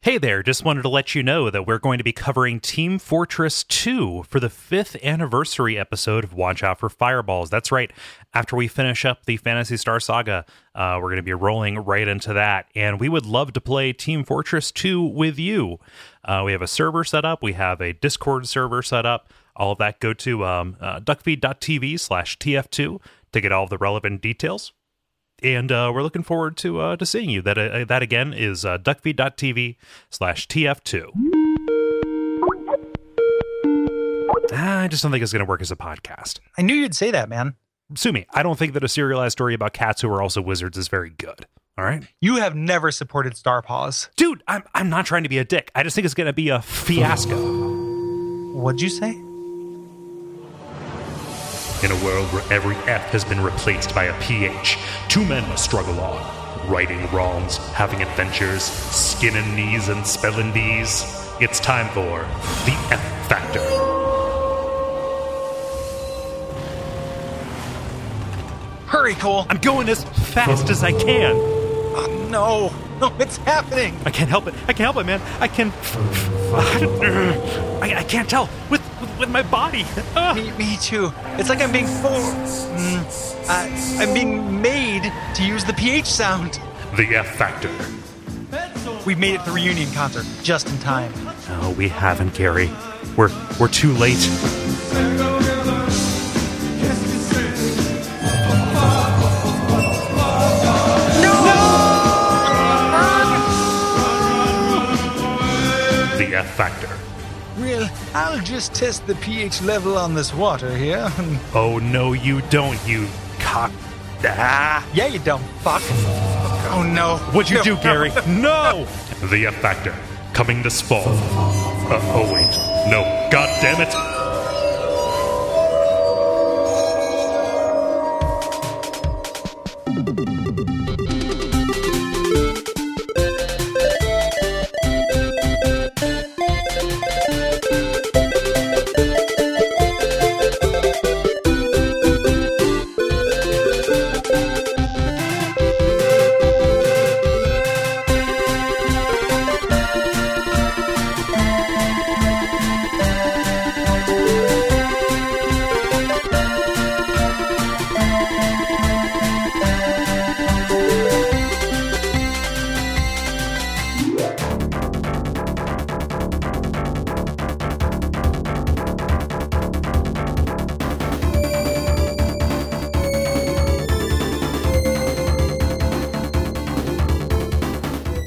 Hey there, just wanted to let you know that we're going to be covering Team Fortress 2 for the fifth anniversary episode of Watch Out for Fireballs. That's right, after we finish up the Fantasy Star Saga, uh, we're going to be rolling right into that. And we would love to play Team Fortress 2 with you. Uh, we have a server set up, we have a Discord server set up. All of that go to um, uh, duckfeed.tv slash TF2 to get all of the relevant details and uh, we're looking forward to uh, to seeing you. That uh, that again is uh, duckfeed.tv slash tf2. Ah, I just don't think it's going to work as a podcast. I knew you'd say that, man. Sue me. I don't think that a serialized story about cats who are also wizards is very good. All right, You have never supported Star Paws. dude. I'm I'm not trying to be a dick. I just think it's going to be a fiasco. What'd you say? In a world where every F has been replaced by a PH, two men must struggle on, righting wrongs, having adventures, skinning knees and spelling bees. It's time for the F Factor. Hurry, Cole. I'm going as fast as I can. Oh, no. No, it's happening. I can't help it. I can't help it, man. I can. uh, I, I can't tell with with, with my body. Ah. Me, me too. It's like I'm being for. Mm, I, I'm being made to use the pH sound. The F Factor. We made it to the reunion concert just in time. No, Oh, we haven't, Gary. We're we're too late. The F Factor. Well, I'll just test the pH level on this water here. Oh no, you don't, you cock. Ah. yeah, you dumb fuck. Oh no. What'd you No, do, no. Gary? No! Oh, The F Factor, coming this fall. Uh, oh, wait. No, god damn it!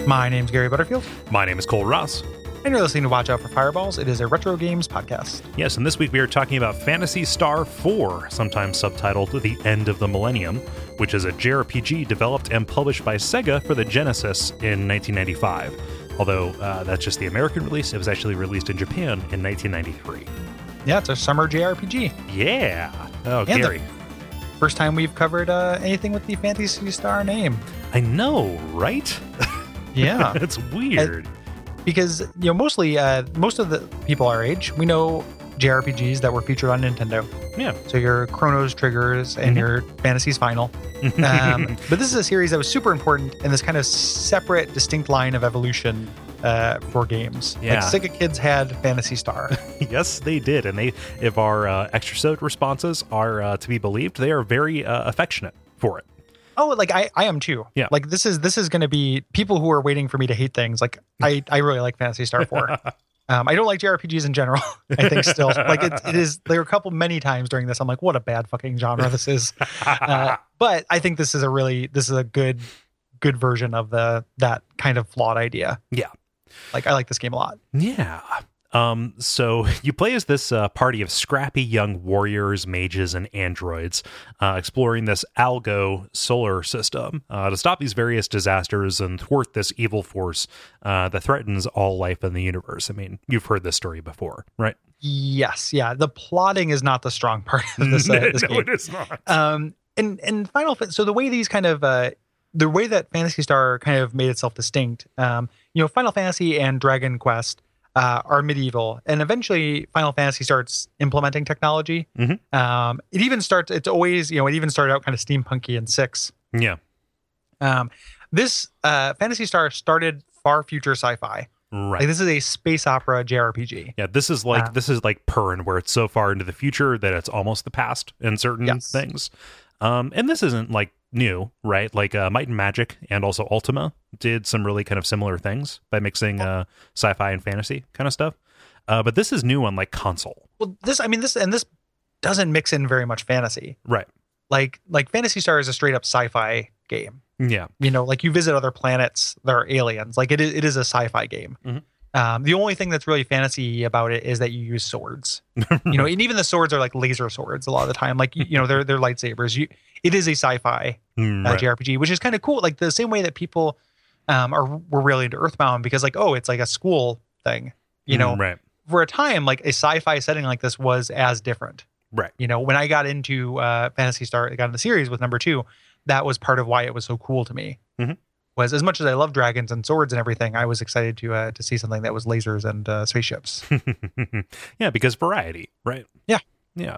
My name's Gary Butterfield, My name is Cole Ross. and you're listening to Watch Out for Fireballs. It is a retro games podcast. Yes, and this week we are talking about Fantasy Star 4, sometimes subtitled The End of the Millennium, which is a JRPG developed and published by Sega for the Genesis in 1995. Although uh, that's just the American release, it was actually released in Japan in 1993. Yeah, it's a summer JRPG. Yeah. Oh, the- Gary. First time we've covered uh, anything with the Fantasy Star name. I know, right? Yeah, it's weird. because you know mostly uh, most of the people our age we know JRPGs that were featured on Nintendo. yeah. So your Chronos Triggers and Mhm. your Fantasy's Final. Um, but this is a series that was super important in this kind of separate, distinct line of evolution uh, for games. Yeah. Like Sega Kids had Fantasy Star. Yes, they did, and they, if our uh, extra responses are uh, to be believed, they are very uh, affectionate for it. oh, like I, I am too. Yeah. Like this is this is going to be people who are waiting for me to hate things. Like I, I really like Fantasy Star Four. Um, I don't like JRPGs in general. I think still, like it, it is. There were a couple many times during this. I'm like, what a bad fucking genre this is. Uh, but I think this is a really this is a good good version of the that kind of flawed idea. Yeah. Like I like this game a lot. Yeah. Um, so you play as this uh, party of scrappy young warriors, mages, and androids, uh, exploring this algo solar system uh, to stop these various disasters and thwart this evil force uh, that threatens all life in the universe. I mean, you've heard this story before, right? Yes, yeah. The plotting is not the strong part of this, uh, this no, game. it is not. Um, and and Final Fa- so the way these kind of uh, the way that Fantasy Star kind of made itself distinct, um, you know, Final Fantasy and Dragon Quest uh, are medieval, and eventually Final Fantasy starts implementing technology. Mhm. Um, it even starts. It's always you know it even started out kind of steampunky in six. yeah. Um, this uh, Fantasy Star started far future sci-fi. Right. Like this is a space opera JRPG. yeah, this is like Um, this is like Pern, where it's so far into the future that it's almost the past in certain Yes. things. Um, and this isn't like new, right? Like uh, Might and Magic and also Ultima did some really kind of similar things by mixing uh, sci-fi and fantasy kind of stuff. Uh, but this is new on like console, Well, this I mean this and this doesn't mix in very much fantasy. right? Like like Fantasy Star is a straight up sci-fi game. Yeah, You know, like you visit other planets, there are aliens. Like it is, it is a sci-fi game. Mhm. Um, the only thing that's really fantasy about it is that you use swords. you know, and even the swords are like laser swords a lot of the time. Like you, you know, they're they're lightsabers. You, it is a sci-fi Mm, uh, right. JRPG, which is kind of cool. Like the same way that people um, are were really into Earthbound because like oh, it's like a school thing. You know, Mm, right? for a time, like a sci-fi setting like this was as different. Right. You know, when I got into uh, Fantasy Star, I got in the series with number two. That was part of why it was so cool to me. Mhm. Was as much as I love dragons and swords and everything, I was excited to uh, to see something that was lasers and uh, spaceships. yeah, because variety, right? Yeah. Yeah.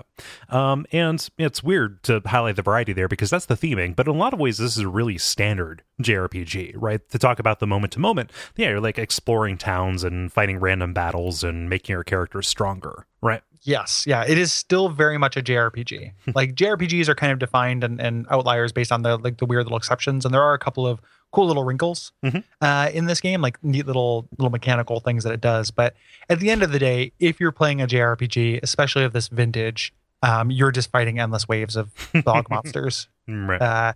Um, and it's weird to highlight the variety there because that's the theming, but in a lot of ways, this is a really standard JRPG, right? To talk about the moment to moment, yeah, you're like exploring towns and fighting random battles and making your characters stronger, right? Yes, yeah, it is still very much a JRPG. like JRPGs are kind of defined and, and outliers based on the like the weird little exceptions, and there are a couple of cool little wrinkles Mhm. uh, in this game, like neat little little mechanical things that it does. But at the end of the day, if you're playing a JRPG, especially of this vintage, um, you're just fighting endless waves of dog monsters Mm, Right. uh,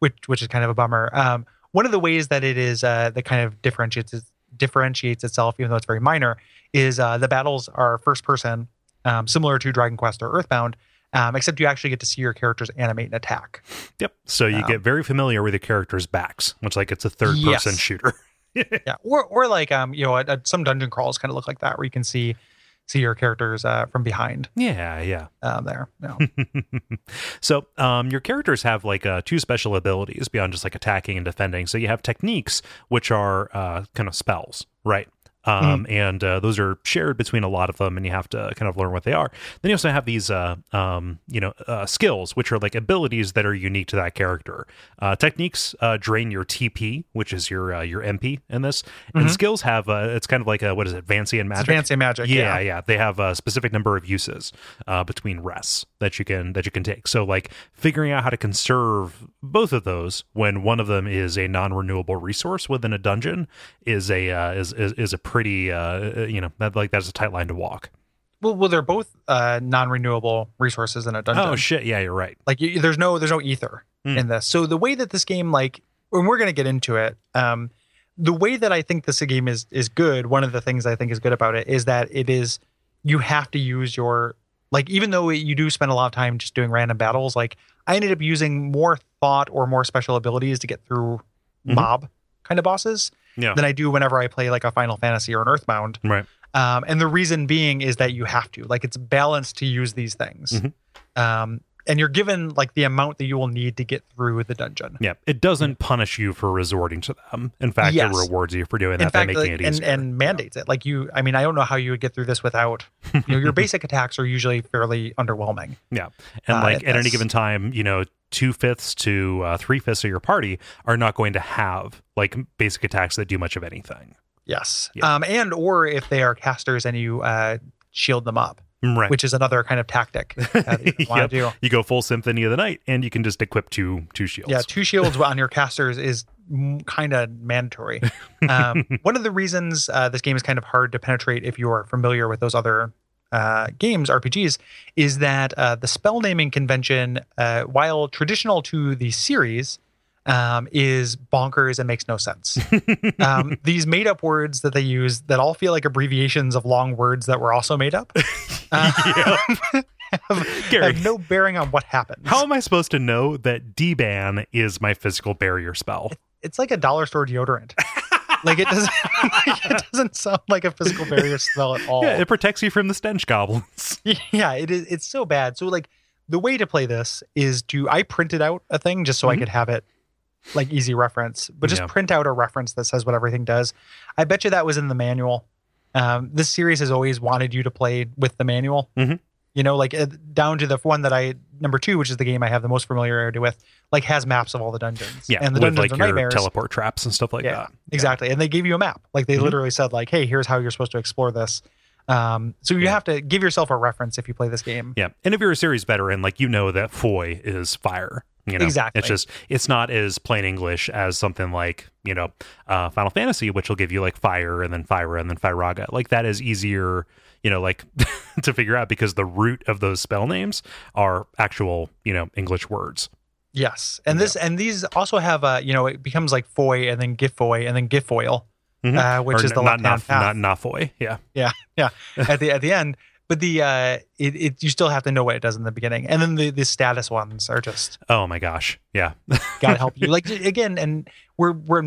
which which is kind of a bummer. Um, one of the ways that it is uh, that kind of differentiates differentiates itself, even though it's very minor, is uh, the battles are first person, um, similar to Dragon Quest or Earthbound, um, except you actually get to see your characters animate and attack. Yep. So you um, get very familiar with the characters' backs, much like it's a third person Yes. shooter. Yeah, or or like um, you know, uh, some dungeon crawls kind of look like that, where you can see see your characters uh, from behind Yeah. Yeah. um, there. No. Hmm. so um, your characters have like uh, two special abilities beyond just like attacking and defending. So you have techniques, which are uh, kind of spells, right? Um, And uh, those are shared between a lot of them, and you have to kind of learn what they are. Then you also have these, uh, um, you know, uh, skills, which are like abilities that are unique to that character. Uh, techniques uh, drain your TP, which is your uh, your MP in this, and Mhm. skills have uh, it's kind of like a what is it, fancy and It's magic? fancy magic. yeah, yeah, They have a specific number of uses uh, between rests that you can that you can take. So like figuring out how to conserve both of those when one of them is a non-renewable resource within a dungeon is a uh, is, is is a pretty uh, you know that like that's a tight line to walk. Well, well, they're both uh, non-renewable resources in a dungeon. Oh shit! Yeah, you're right. like you, there's no there's no ether Hmm. in this so the way that this game like and we're going to get into it um the way that i think this game is is good one of the things i think is good about it is that it is you have to use your like even though you do spend a lot of time just doing random battles like i ended up using more thought or more special abilities to get through Mhm. mob kind of bosses Yeah. than i do whenever i play like a final fantasy or an earthbound Right. um, and the reason being is that you have to like it's balanced to use these things Mhm. um, and you're given like the amount that you will need to get through the dungeon Yeah, it doesn't punish you for resorting to them. In fact, Yes. it rewards you for doing in that by fact making like, it and, easier. and mandates it like you i mean i don't know how you would get through this without you know your basic attacks are usually fairly underwhelming and Uh, like it at any does. given time you know two fifths to uh, three fifths of your party are not going to have like basic attacks that do much of anything yes Yeah. um, and or if they are casters and you uh, shield them up right which is another kind of tactic uh, that you want Yep. to do you go full symphony of the night and you can just equip two two shields Yeah, two shields on your casters is kind of mandatory. Um, one of the reasons uh, this game is kind of hard to penetrate if you are familiar with those other uh, games, RPGs, is that uh, the spell naming convention, uh, while traditional to the series, um, is bonkers and makes no sense. um, these made up words that they use that all feel like abbreviations of long words that were also made up uh, have, Gary. have no bearing on what happens. how am i supposed to know that d-ban is my physical barrier spell it's like a dollar store deodorant. like it doesn't like it doesn't sound like a physical barrier spell at all. yeah it protects you from the stench goblins yeah, it is it's so bad. So like the way to play this is to I printed out a thing just so I Mhm. could have it like easy reference, but just Yeah. print out a reference that says what everything does. I bet you that was in the manual. Um, this series has always wanted you to play with the manual. Mhm. You know, like uh, down to the one that I number two, which is the game I have the most familiarity with, like has maps of all the dungeons. Yeah, and the with dungeons like are your nightmares. teleport traps and stuff like Yeah, that. exactly and they gave you a map like they Mhm. literally said like hey here's how you're supposed to explore this um, so you Yeah. have to give yourself a reference if you play this game Yeah. And if you're a series veteran, like you know that foy is fire. You know, Exactly. It's just it's not as plain English as something like you know uh, Final Fantasy, which will give you like fire and then Fyra and then Fyraga. Like that is easier, you know, like to figure out because the root of those spell names are actual you know English words. yes and this and these also have a you know it becomes like foy and then gifoy and then gifoil Mhm. uh, which Or is n- the not left not hand not path Nafoy. Yeah. at the at the end but the uh it, it you still have to know what it does in the beginning and then the the status ones are just Oh my gosh. Yeah. God help you. Like again, and we're we're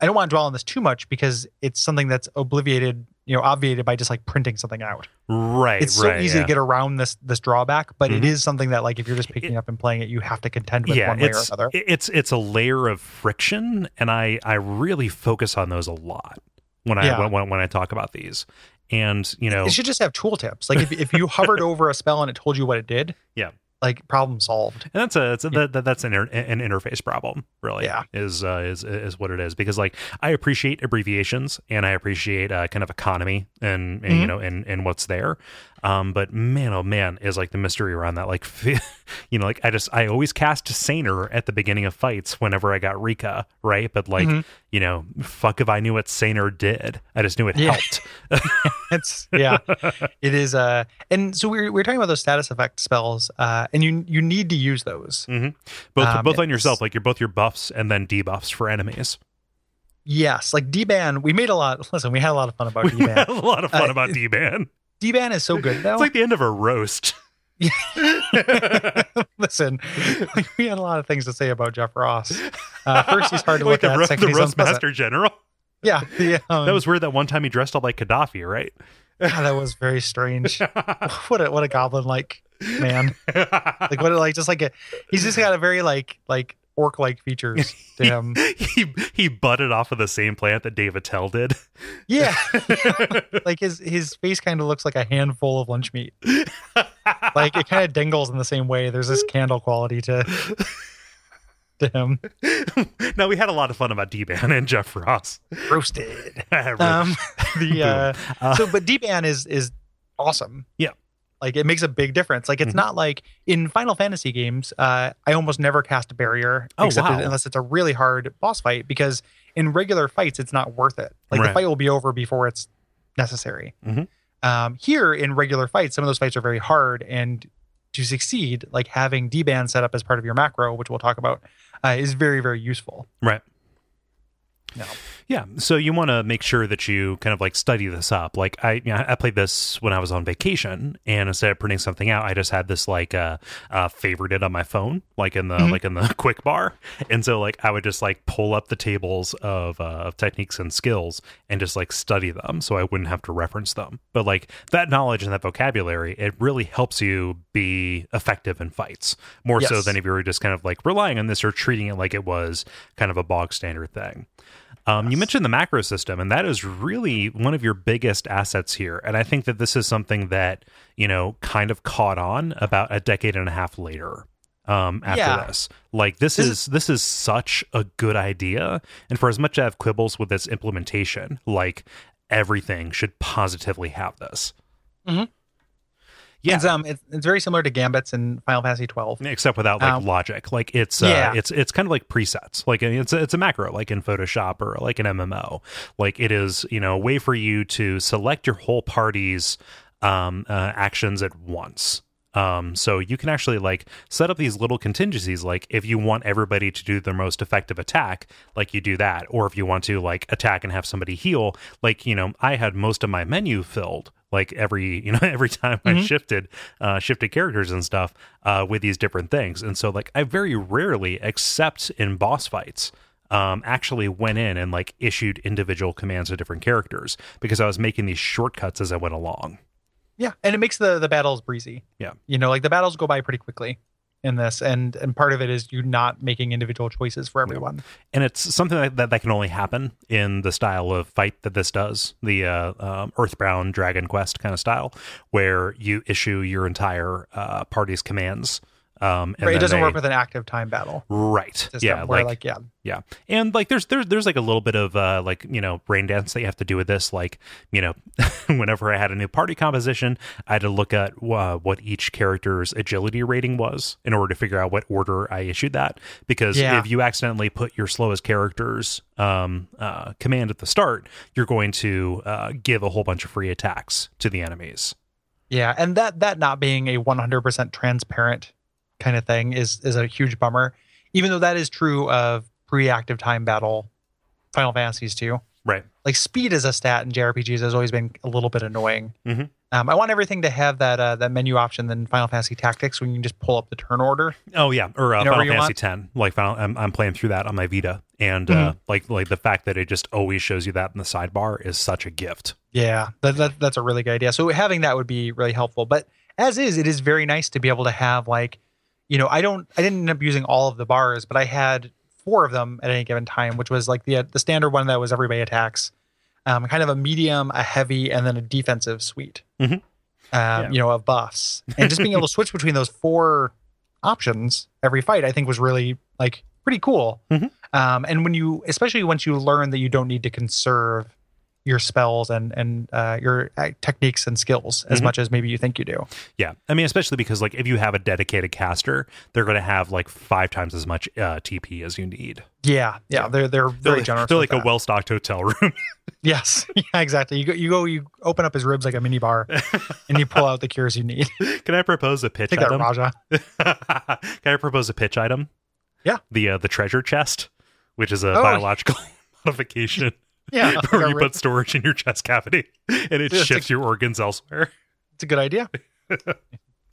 I don't want to dwell on this too much because it's something that's obliviated, you know, obviated by just like printing something out. Right. It's so right, easy yeah. to get around this this drawback, but it Mhm. is something that like if you're just picking up and playing it, you have to contend with one way or it's, another. it- It's it's a layer of friction, and I I really focus on those a lot when I Yeah. when, when when I talk about these. And you know, It should just have tooltips. Like if, if you hovered over a spell and it told you what it did, Yeah. like problem solved. and that's a, that's a that, that- that's an, inter- an interface problem really Yeah. is uh, is is what it is because like i appreciate abbreviations and i appreciate uh, kind of economy and, and you Mhm. know and and what's there um but man oh man is like the mystery around that like you know like i just i always cast saner at the beginning of fights whenever i got rika right but like Mhm. you know fuck if i knew what saner did i just knew it Yeah. helped It's yeah, it is. Uh, and so we we're, we are talking about those status effect spells, uh, and you you need to use those. both Um, both on it's- yourself like you're both your buffs and then debuffs for enemies Yes, like D-Ban, we made a lot. Listen, we had a lot of fun about D-Ban. a lot of fun Uh, about d-ban D-Ban is so good though. It's like the end of a roast. Yeah. Listen, like, we had a lot of things to say about Jeff Ross. Uh, first, he's hard to Like look the, at. ro- Second, the he's roast unpleasant. master general. Yeah, the, um, That was weird. That one time he dressed up like Gaddafi, right? God, that was very strange. what a what a goblin like man. Like what a, like just like a he's just got a very like like orc like features to him. he he butted off of the same plant that Dave Attell did. Yeah, like his his face kind of looks like a handful of lunch meat. Like it kind of dangles in the same way. There's this candle quality to to him. no, we had a lot of fun about D-Ban and Jeff Ross. Roasted. Really. Um, the uh, Uh, so but d-ban is is awesome Yeah. like it makes a big difference like it's Mhm. not like in final fantasy games uh i almost never cast a barrier Oh, except wow. unless it's a really hard boss fight because in regular fights it's not worth it like Right. the fight will be over before it's necessary Mhm. um here in regular fights some of those fights are very hard and to succeed like having d-ban set up as part of your macro which we'll talk about uh, is very very useful right. no Yeah, so you want to make sure that you kind of like study this up. Like I, you know, I played this when I was on vacation, and instead of printing something out, I just had this like uh, uh favorite it on my phone, like in the Mhm. like in the quick bar. And so like I would just like pull up the tables of uh, of techniques and skills and just like study them, so I wouldn't have to reference them. But like that knowledge and that vocabulary, it really helps you be effective in fights more so Yes. than if you were just kind of like relying on this or treating it like it was kind of a bog standard thing. Um, You Yes. mentioned the macro system, and that is really one of your biggest assets here. And I think that this is something that, you know, kind of caught on about a decade and a half later um, after Yeah. this. Like this, This is this is such a good idea. And for as much as I have quibbles with its implementation, like everything should positively have this. Mhm. Yeah. it's um it's, it's very similar to gambits in final fantasy 12 except without like Um, logic like it's uh, yeah. it's it's kind of like presets like it's it's a macro like in photoshop or like an mmo like it is you know a way for you to select your whole party's um uh, actions at once um so you can actually like set up these little contingencies like if you want everybody to do their most effective attack like you do that or if you want to like attack and have somebody heal like you know i had most of my menu filled like every you know every time i Mhm. shifted uh shifted characters and stuff uh with these different things and so like i very rarely except in boss fights um actually went in and like issued individual commands to different characters because i was making these shortcuts as i went along Yeah, and it makes the the battles breezy. Yeah. you know, like the battles go by pretty quickly, in this, and and part of it is you not making individual choices for everyone. and it's something that, that that can only happen in the style of fight that this does the uh, um, earthbound dragon quest kind of style where you issue your entire uh, party's commands um and Right? It then doesn't they- work with an active time battle right system yeah where like, like, yeah, yeah and like there's there's there's like a little bit of uh like you know brain dance that you have to do with this like you know whenever i had a new party composition i had to look at uh, what each character's agility rating was in order to figure out what order i issued that because Yeah. if you accidentally put your slowest character's um uh command at the start you're going to uh give a whole bunch of free attacks to the enemies yeah, and that that not being a 100% transparent kind of thing is is a huge bummer. Even though that is true of pre-active time battle Final Fantasies too. right like speed as a stat in JRPGs has always been a little bit annoying. Mhm. Um, I want everything to have that uh, that menu option in Final Fantasy Tactics when you can just pull up the turn order. Oh yeah, or uh, You know Final where you Fantasy Ten. Like Final, I'm, I'm playing through that on my Vita, and uh, Mm-hmm. like like the fact that it just always shows you that in the sidebar is such a gift. Yeah, that, that, that's a really good idea. So having that would be really helpful. But as is, it is very nice to be able to have like, you know, I don't, I didn't end up using all of the bars, but I had four of them at any given time, which was like the uh, the standard one that was everybody attacks, um, kind of a medium, a heavy, and then a defensive suite. Mhm. Um, Yeah. You know, of buffs, and just being able to switch between those four options every fight, I think was really like pretty cool. Mhm. Um, and when you, especially once you learn that you don't need to conserve your spells and and uh, your uh, techniques and skills as Mhm. much as maybe you think you do. Yeah, I mean especially because like if you have a dedicated caster, they're going to have like five times as much uh, TP as you need. Yeah, yeah, Yeah. they're They're, they're very generous. they're with like a that. well stocked hotel room. yes, yeah, exactly. You go, you go, you open up his ribs like a mini bar, and you pull out the cures you need. Can I propose a pitch Take that, item? Raja. Can I propose a pitch item? Yeah. the uh, the treasure chest, which is a Oh. biological modification Yeah, like where a you rib- put storage in your chest cavity and it That's a- shifts your organs elsewhere. it's a good idea.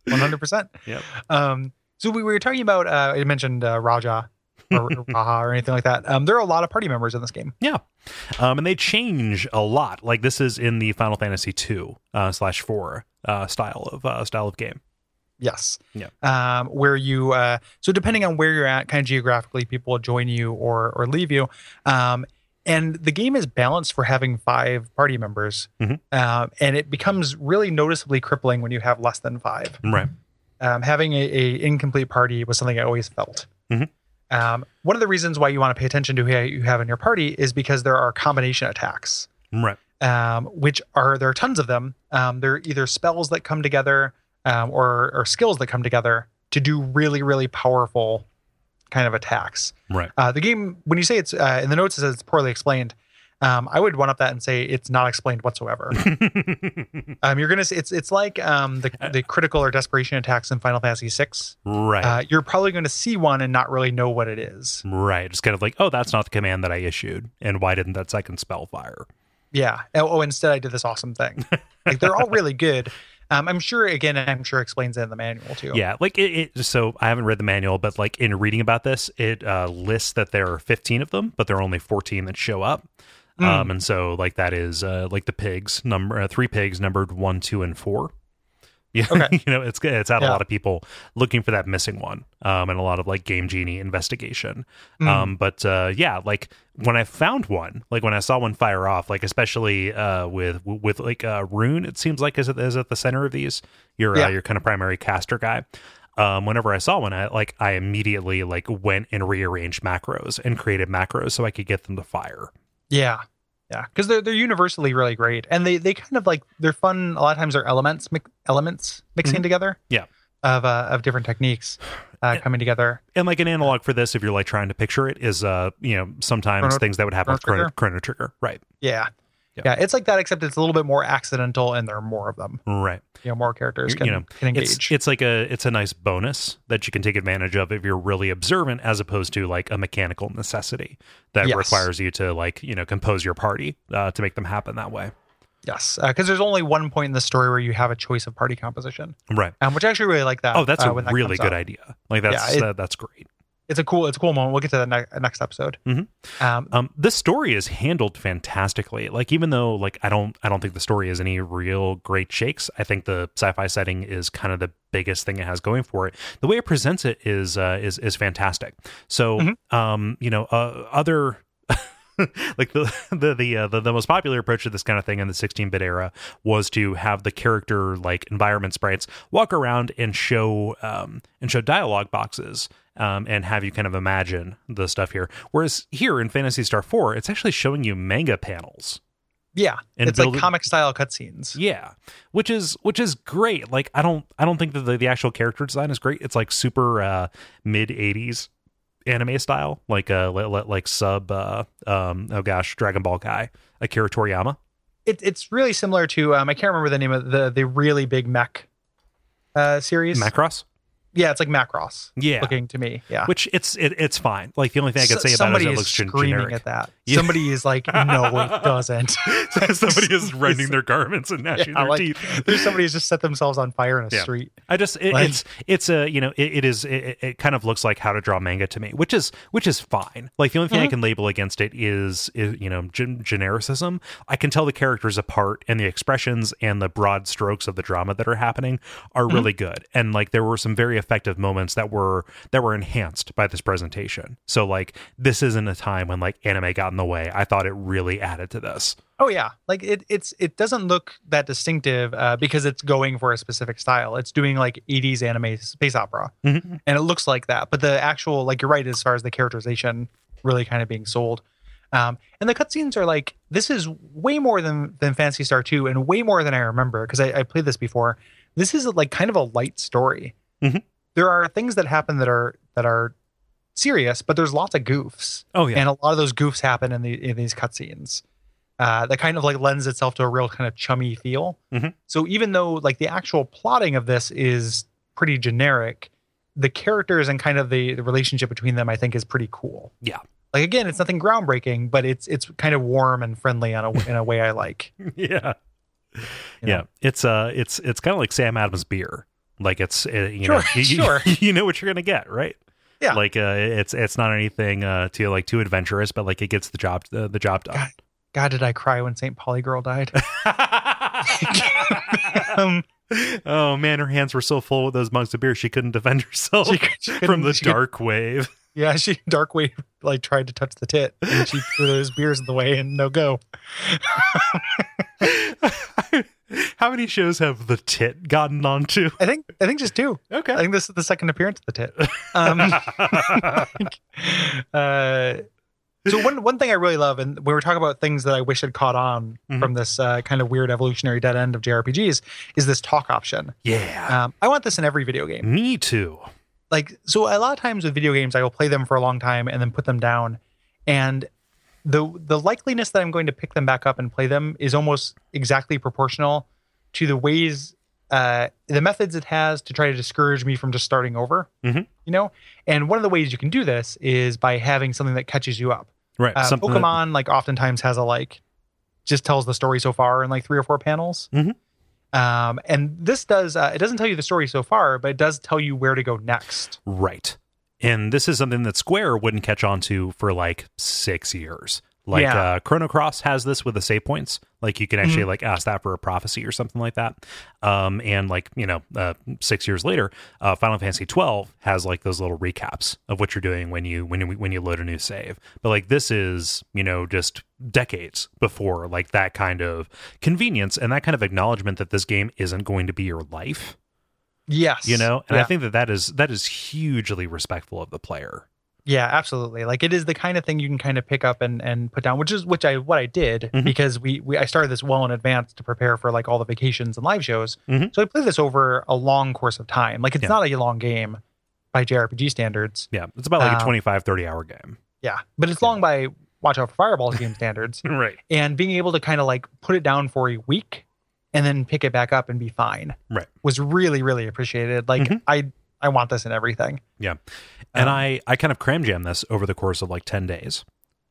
One hundred percent. Yep. Um. So we were talking about. Uh, I mentioned uh, Raja. or Raha or anything like that. Um, there are a lot of party members in this game. um, and they change a lot. Like this is in the Final Fantasy two uh, slash four uh, style of uh, style of game. Yes. Yeah. Um, where you uh, so depending on where you're at, kind of geographically, people will join you or or leave you. Um, and the game is balanced for having five party members, Mhm. um, and it becomes really noticeably crippling when you have less than five. Right. Um, having a, a incomplete party was something I always felt. Mhm. Um, one of the reasons why you want to pay attention to who you have in your party is because there are combination attacks Right. um, which are there are tons of them. Um, they're either spells that come together um, or or skills that come together to do really really powerful kind of attacks. Right. Uh, the game when you say it's uh, in the notes it says it's poorly explained. Um, I would one up that and say it's not explained whatsoever. um, you're gonna s- it's it's like um, the the critical or desperation attacks in Final Fantasy VI. Uh, right. Uh, you're probably going to see one and not really know what it is. right. It's kind of like, oh, that's not the command that I issued, and why didn't that second spell fire? Yeah. Oh, oh, instead I did this awesome thing. like they're all really good. Um, I'm sure again, I'm sure it explains it in the manual too. Yeah, like it, it. So I haven't read the manual, but like in reading about this, it uh, lists that there are 15 of them, but there are only 14 that show up. Mm. Um, and so like that is uh, like the pigs number uh, three pigs numbered one, two, and four. Yeah, Okay. you know it's it's had a Yeah. lot of people looking for that missing one, um, and a lot of like game genie investigation. Mm. Um, but uh, yeah, like when I found one, like when I saw one fire off, like especially uh, with with like uh, Rune, it seems like is at, is at the center of these. Your uh, Yeah. your kind of primary caster guy. Um, whenever I saw one, I like I immediately like went and rearranged macros and created macros so I could get them to fire. yeah, yeah, because they're they're universally really great, and they they kind of like they're fun. A lot of times they're elements mi- elements mixing together. Mm-hmm. Yeah. Of uh, of different techniques uh, coming together. And like an analog for this, if you're like trying to picture it, is uh you know sometimes Chrono- things that would happen Chrono with Chrono, Chrono Trigger, right? Yeah. Yeah. yeah, it's like that, except it's a little bit more accidental, and there are more of them. Right. You know, more characters You- can you know, can engage. It's it's like a it's a nice bonus that you can take advantage of if you're really observant, as opposed to like a mechanical necessity that Yes. requires you to like you know compose your party uh, to make them happen that way. yes, because there's only one point in the story where you have a choice of party composition, Right. um, which I actually really like that. Oh, that's uh, a when that really comes good up. idea. Like that's Yeah, it- uh, that's great. it's a cool it's a cool moment. We'll get to that ne- next episode. Mhm. Um, Um, this story is handled fantastically. Like even though like I don't I don't think the story is any real great shakes. I think the sci-fi setting is kind of the biggest thing it has going for it. The way it presents it is uh, is is fantastic. So um you know uh, other like the the the, uh, the the most popular approach to this kind of thing in the 16-bit era was to have the character like environment sprites walk around and show um and show dialogue boxes um and have you kind of imagine the stuff here whereas here in fantasy star 4 it's actually showing you manga panels yeah, And it's building- like comic style cutscenes. yeah which is which is great like i don't i don't think that the, the actual character design is great it's like super uh mid 80s anime style like uh li- li- like sub uh um oh gosh dragon ball guy akira toriyama It, it's really similar to um, I can't remember the name of the the really big mech uh, series. macross yeah, it's like Macross yeah looking to me. Yeah, which it's it, it's fine like the only thing i could S- say about it somebody is it is looks gen- screaming generic at that. Yeah. Somebody is like, no, it doesn't. somebody is rending their garments and gnashing Yeah, their like, teeth There's somebody who's just set themselves on fire in a Yeah. street. I just it, Like- it's it's a you know it, it is it- it, it kind of looks like how to draw manga to me, which is which is fine. Like the only thing I Mhm. can label against it is, is you know gen- genericism. I can tell the characters apart, and the expressions and the broad strokes of the drama that are happening are Mm-hmm. really good. And like there were some very effective moments that were that were enhanced by this presentation. So like this isn't a time when like anime got in the way. I thought it really added to this. Oh yeah, like it it's it doesn't look that distinctive uh, because it's going for a specific style. It's doing like 80s anime space opera, Mhm. and it looks like that. But the actual like you're right as far as the characterization really kind of being sold. Um, and the cutscenes are like this is way more than than Fantasy Star Two and way more than I remember because I, I played this before. This is like kind of a light story. Mhm. There are things that happen that are that are serious, but there's lots of goofs Oh yeah, and a lot of those goofs happen in the in these cutscenes. Uh, that kind of like lends itself to a real kind of chummy feel. Mhm. So even though like the actual plotting of this is pretty generic, the characters and kind of the, the relationship between them I think is pretty cool. Yeah. Like again, it's nothing groundbreaking, but it's it's kind of warm and friendly on a in a way I like. yeah. You yeah know? it's uh it's it's kind of like sam adams beer like it's uh, you know you, Sure, you- sure. you know what you're gonna get right Yeah. like uh it's it's not anything uh too like too adventurous but like it gets the job uh, the, the job done God, did I cry when Saint Polly Girl died? um, oh man her hands were so full with those mugs of beer she couldn't defend herself she- she from couldn't- the she couldn't- dark wave Yeah, she dark wave like tried to touch the tit, and she threw those beers in the way, and no go. how many shows have the tit gotten onto I think I think just two. I okay think this is the second appearance of the tit. Um, uh, so one one thing I really love, and when we're talking about things that I wish had caught on Mhm. from this uh, kind of weird evolutionary dead end of JRPGs, is this talk option. yeah Um, I want this in every video game. me too Like so, a lot of times with video games, I will play them for a long time and then put them down, and the the likeliness that I'm going to pick them back up and play them is almost exactly proportional to the ways uh, the methods it has to try to discourage me from just starting over. Mhm. You know, and one of the ways you can do this is by having something that catches you up. right Uh, something that- Pokemon like oftentimes has a like just tells the story so far in like three or four panels. Mhm. Um, and this does uh, it doesn't tell you the story so far, but it does tell you where to go next. Right. And this is something that Square wouldn't catch on to for like six years. Like Yeah. uh, Chrono Cross has this with the save points. Like you can actually like ask that for a prophecy or something like that. Um, and like you know, uh, six years later, uh, Final Fantasy twelve has like those little recaps of what you're doing when you when you when you load a new save. But like this is you know just decades before like that kind of convenience and that kind of acknowledgement that this game isn't going to be your life Yes, you know and yeah. i think that that is that is hugely respectful of the player yeah, absolutely. Like it is the kind of thing you can kind of pick up and and put down, which is which I what I did Mhm. because we we I started this well in advance to prepare for like all the vacations and live shows. Mhm. So I played this over a long course of time. Like it's Yeah. not a long game by JRPG standards. yeah it's about like a Um, 25 30 hour game Yeah, but it's long by Watch Out for Fireballs game standards, right and being able to kind of like put it down for a week and then pick it back up and be fine. Right. was really really appreciated. Like Mhm. I I want this in everything. and Um, i i kind of cram jam this over the course of like 10 days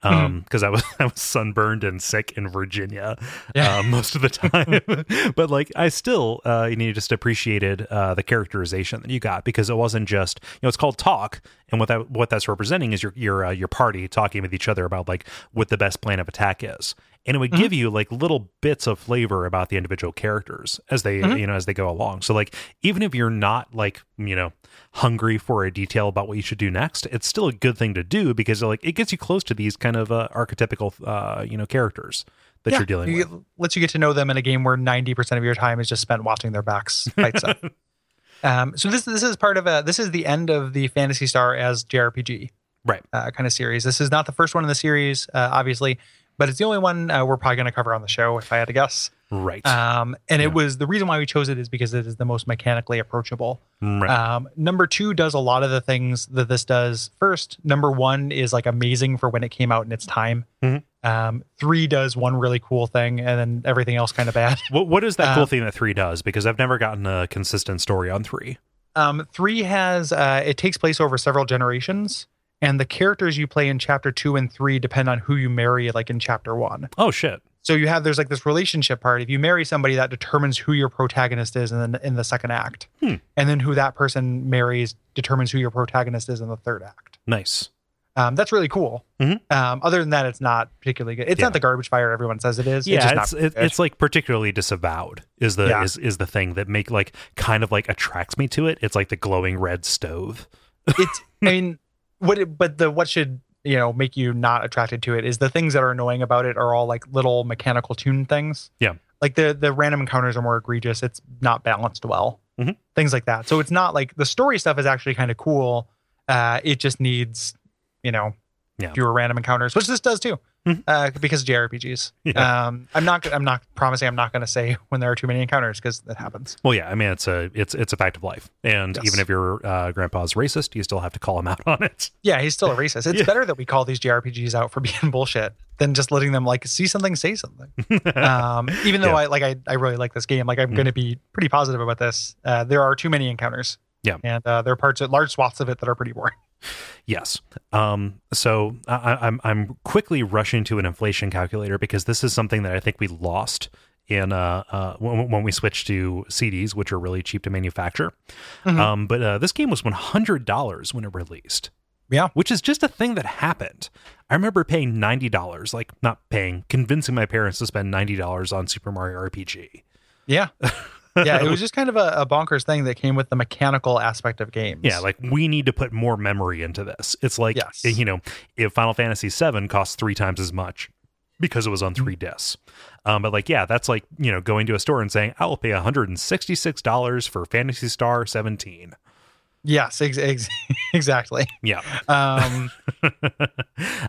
Mm-hmm. um because I was I was sunburned and sick in Virginia Yeah. uh, most of the time. but like I still uh you know, just appreciated uh the characterization that you got because it wasn't just you know it's called talk and what that what that's representing is your your uh, your party talking with each other about like what the best plan of attack is. And it Mm-hmm. would give you like little bits of flavor about the individual characters as they Mhm. you know as they go along. So like even if you're not like, you know, hungry for a detail about what you should do next, it's still a good thing to do because like it gets you close to these kind of uh, archetypical uh, you know characters that Yeah, you're dealing you with. get- lets you get to know them in a game where 90% of your time is just spent watching their backs fight stuff. Um, so this this is part of a this is the end of the Fantasy Star as JRPG Right. uh, kind of series. This is not the first one in the series, uh, obviously, but it's the only one uh, we're probably going to cover on the show if I had to guess. Right. Um, and Yeah. it was the reason why we chose it is because it is the most mechanically approachable. right. Um, number two does a lot of the things that this does. First, number one is like amazing for when it came out in its time. Mhm. Um, three does one really cool thing, and then everything else kind of bad. what what is that cool uh, thing that 3 does because I've never gotten a consistent story on 3. Um, three has uh, it takes place over several generations, and the characters you play in chapter two and three depend on who you marry, like in chapter one. Oh shit. So you have there's like this relationship part. If you marry somebody, that determines who your protagonist is, in the, in the second act, Hmm. and then who that person marries determines who your protagonist is in the third act. Nice. Um, that's really cool. Mhm. Um, other than that, it's not particularly good. It's Yeah. not the garbage fire everyone says it is. yeah, it's it's just it, good. it's like particularly disavowed is the Yeah. is is the thing that make like kind of like attracts me to it. It's like the glowing red stove. not. It's I mean, what? It, but the what should you know make you not attracted to it is the things that are annoying about it are all like little mechanical tune things. Yeah. Like the the random encounters are more egregious. It's not balanced well. Mhm. Things like that. So it's not like the story stuff is actually kind of cool. Uh, it just needs you know Yeah. fewer random encounters, which this does too. Mhm. Uh, because of JRPGs. Yeah. Um, I'm not. I'm not promising. I'm not going to say when there are too many encounters because that happens. Well, yeah, I mean it's a it's it's a fact of life, and Yes. even if your uh, grandpa's racist, you still have to call him out on it. Yeah, he's still a racist. It's Yeah. better that we call these JRPGs out for being bullshit than just letting them like see something, say something. Um, even though Yeah. I like, I, I really like this game. Like, I'm Mm. going to be pretty positive about this. Uh, there are too many encounters. Yeah. and uh, there are parts, large swaths of it that are pretty boring. yes. Um. So I, I- I'm I'm quickly rushing to an inflation calculator because this is something that I think we lost in uh, uh when, when we switched to CDs, which are really cheap to manufacture. Mhm. Um. But uh, this game was one hundred dollars when it released. Yeah. Which is just a thing that happened. I remember paying ninety dollars, like not paying, convincing my parents to spend ninety dollars on Super Mario RPG. Yeah, yeah. It was just kind of a, a bonkers thing that came with the mechanical aspect of games. Yeah, like we need to put more memory into this. It's like Yes. you know, if Final Fantasy VII costs three times as much because it was on three discs. Um, but like, yeah, that's like you know going to a store and saying I will pay one hundred and sixty six dollars for Fantasy Star Seventeen. yes, ex- ex- exactly. Yeah, Um,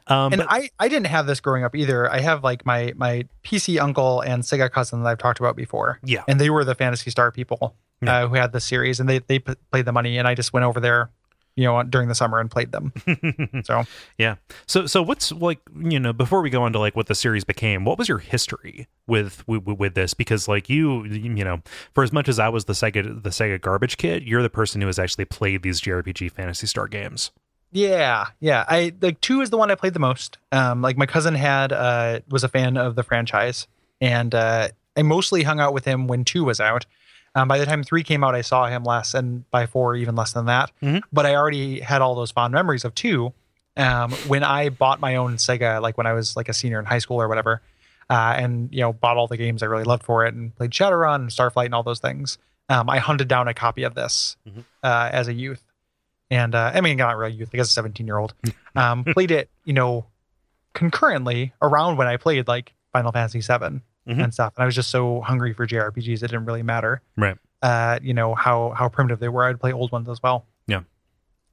um, and but- I, I didn't have this growing up either. I have like my my PC uncle and Sega cousin that I've talked about before, yeah, and they were the Fantasy Star people Yeah. uh, who had the series, and they they p- played the money, and I just went over there, you know, during the summer and played them. So yeah. So, so what's like you know before we go on to like what the series became, what was your history with with, with this? Because like you you know, for as much as I was the Sega the Sega garbage kid, you're the person who has actually played these JRPG Fantasy Star games. yeah, yeah, I like two is the one I played the most. Um, like my cousin had uh was a fan of the franchise, and uh, I mostly hung out with him when two was out. Um, by the time three came out, I saw him less, and by four, even less than that. Mhm. But I already had all those fond memories of two. Um, when I bought my own Sega, like when I was like a senior in high school or whatever, uh, and you know bought all the games I really loved for it, and played Shadowrun and Starflight and all those things. Um, I hunted down a copy of this Mhm. uh, as a youth, and uh, I mean not really youth, like as a seventeen-year-old, um, played it. You know, concurrently around when I played like Final Fantasy VII Mhm. and stuff, and I was just so hungry for JRPGs, it didn't really matter Right. uh, you know how how primitive they were. I'd play old ones as well. Yeah.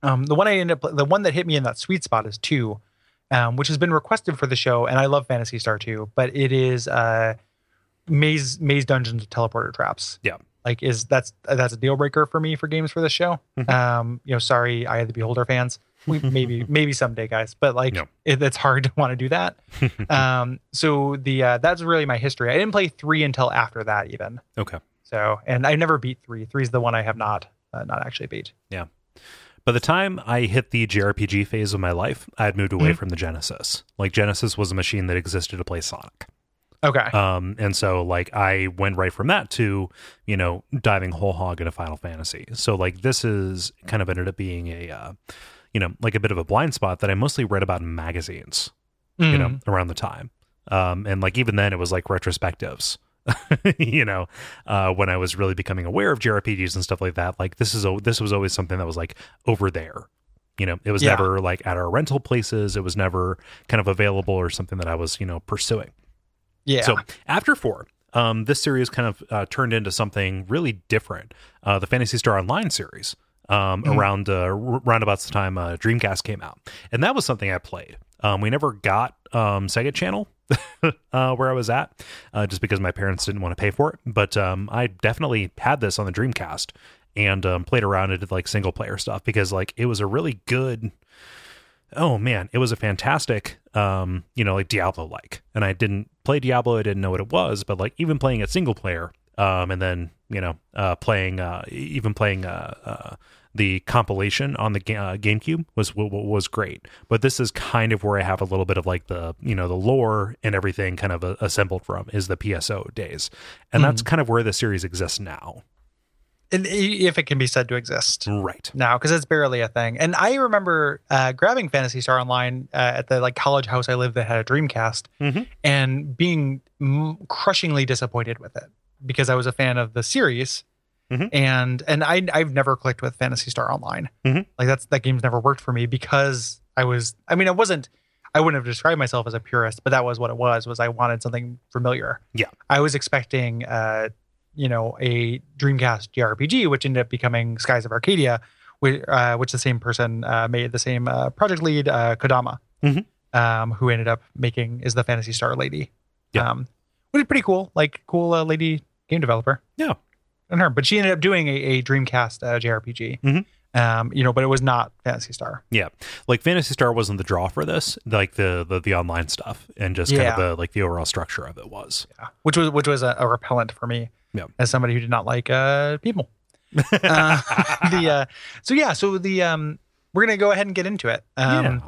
Um, the one I ended up the one that hit me in that sweet spot is two, um, which has been requested for the show, and I love Fantasy Star two, but it is uh, maze maze dungeons with teleporter traps. Yeah. Like is that's that's a deal breaker for me for games for this show. um, you know, sorry, I had the Beholder fans. We maybe maybe someday, guys, but like No. it, it's hard to want to do that. um, so the uh, that's really my history. I didn't play three until after that even. Okay. So, and I never beat three. Three's the one I have not uh, not actually beat. By the time I hit the JRPG phase of my life, I had moved away from the Genesis. Like Genesis was a machine that existed to play Sonic. Okay. Um, and so like I went right from that to, you know, diving whole hog into Final Fantasy. So like this is kind of ended up being a uh, you know, like a bit of a blind spot that I mostly read about in magazines, you Mm, know, around the time. Um, and like even then it was like retrospectives. you know, uh, when I was really becoming aware of JRPGs and stuff like that, like this is a, this was always something that was like over there. You know, it was Yeah. never like at our rental places. It was never kind of available or something that I was, you know, pursuing. yeah. So after four, um, this series kind of uh, turned into something really different. Uh, the Fantasy Star Online series um, Mhm. around uh, r- roundabouts the time uh, Dreamcast came out, and that was something I played. Um, we never got um, Sega Channel uh, where I was at, uh, just because my parents didn't want to pay for it. But um, I definitely had this on the Dreamcast and um, played around and did like single player stuff because like it was a really good oh man, it was a fantastic, um, you know, like Diablo like. And I didn't play Diablo, I didn't know what it was, but like even playing it single player, um, and then you know, uh, playing uh, even playing uh, uh, the compilation on the ga- uh, GameCube was w- w- was great. But this is kind of where I have a little bit of like the you know the lore and everything kind of uh, assembled from is the PSO days, and that's kind of where the series exists now, And i- if it can be said to exist right? now, because it's barely a thing. And I remember uh, grabbing Fantasy Star Online uh, at the like college house I lived that had a Dreamcast, Mhm. and being m- crushingly disappointed with it because I was a fan of the series. Mhm. And and I I've never clicked with Fantasy Star Online. Mhm. Like that's that game's never worked for me because I was I mean I wasn't I wouldn't have described myself as a purist, but that was what it was was I wanted something familiar. Yeah. I was expecting uh you know a Dreamcast JRPG which ended up becoming Skies of Arcadia, which, uh, which the same person uh, made the same uh, project lead uh, Kodama, Mhm. um, who ended up making is the Fantasy Star Lady. Yeah. Um, which is pretty cool. Like cool uh, lady game developer. Yeah. And her, but she ended up doing a, a Dreamcast uh, JRPG. Mhm. Um, you know, but it was not Fantasy Star. Yeah, like Fantasy Star wasn't the draw for this, like the the, the online stuff and just kind Yeah. of the like the overall structure of it was. Yeah. Which was which was a, a repellent for me Yeah. as somebody who did not like uh, people. uh, the uh, so yeah, so the um, we're gonna go ahead and get into it. Um,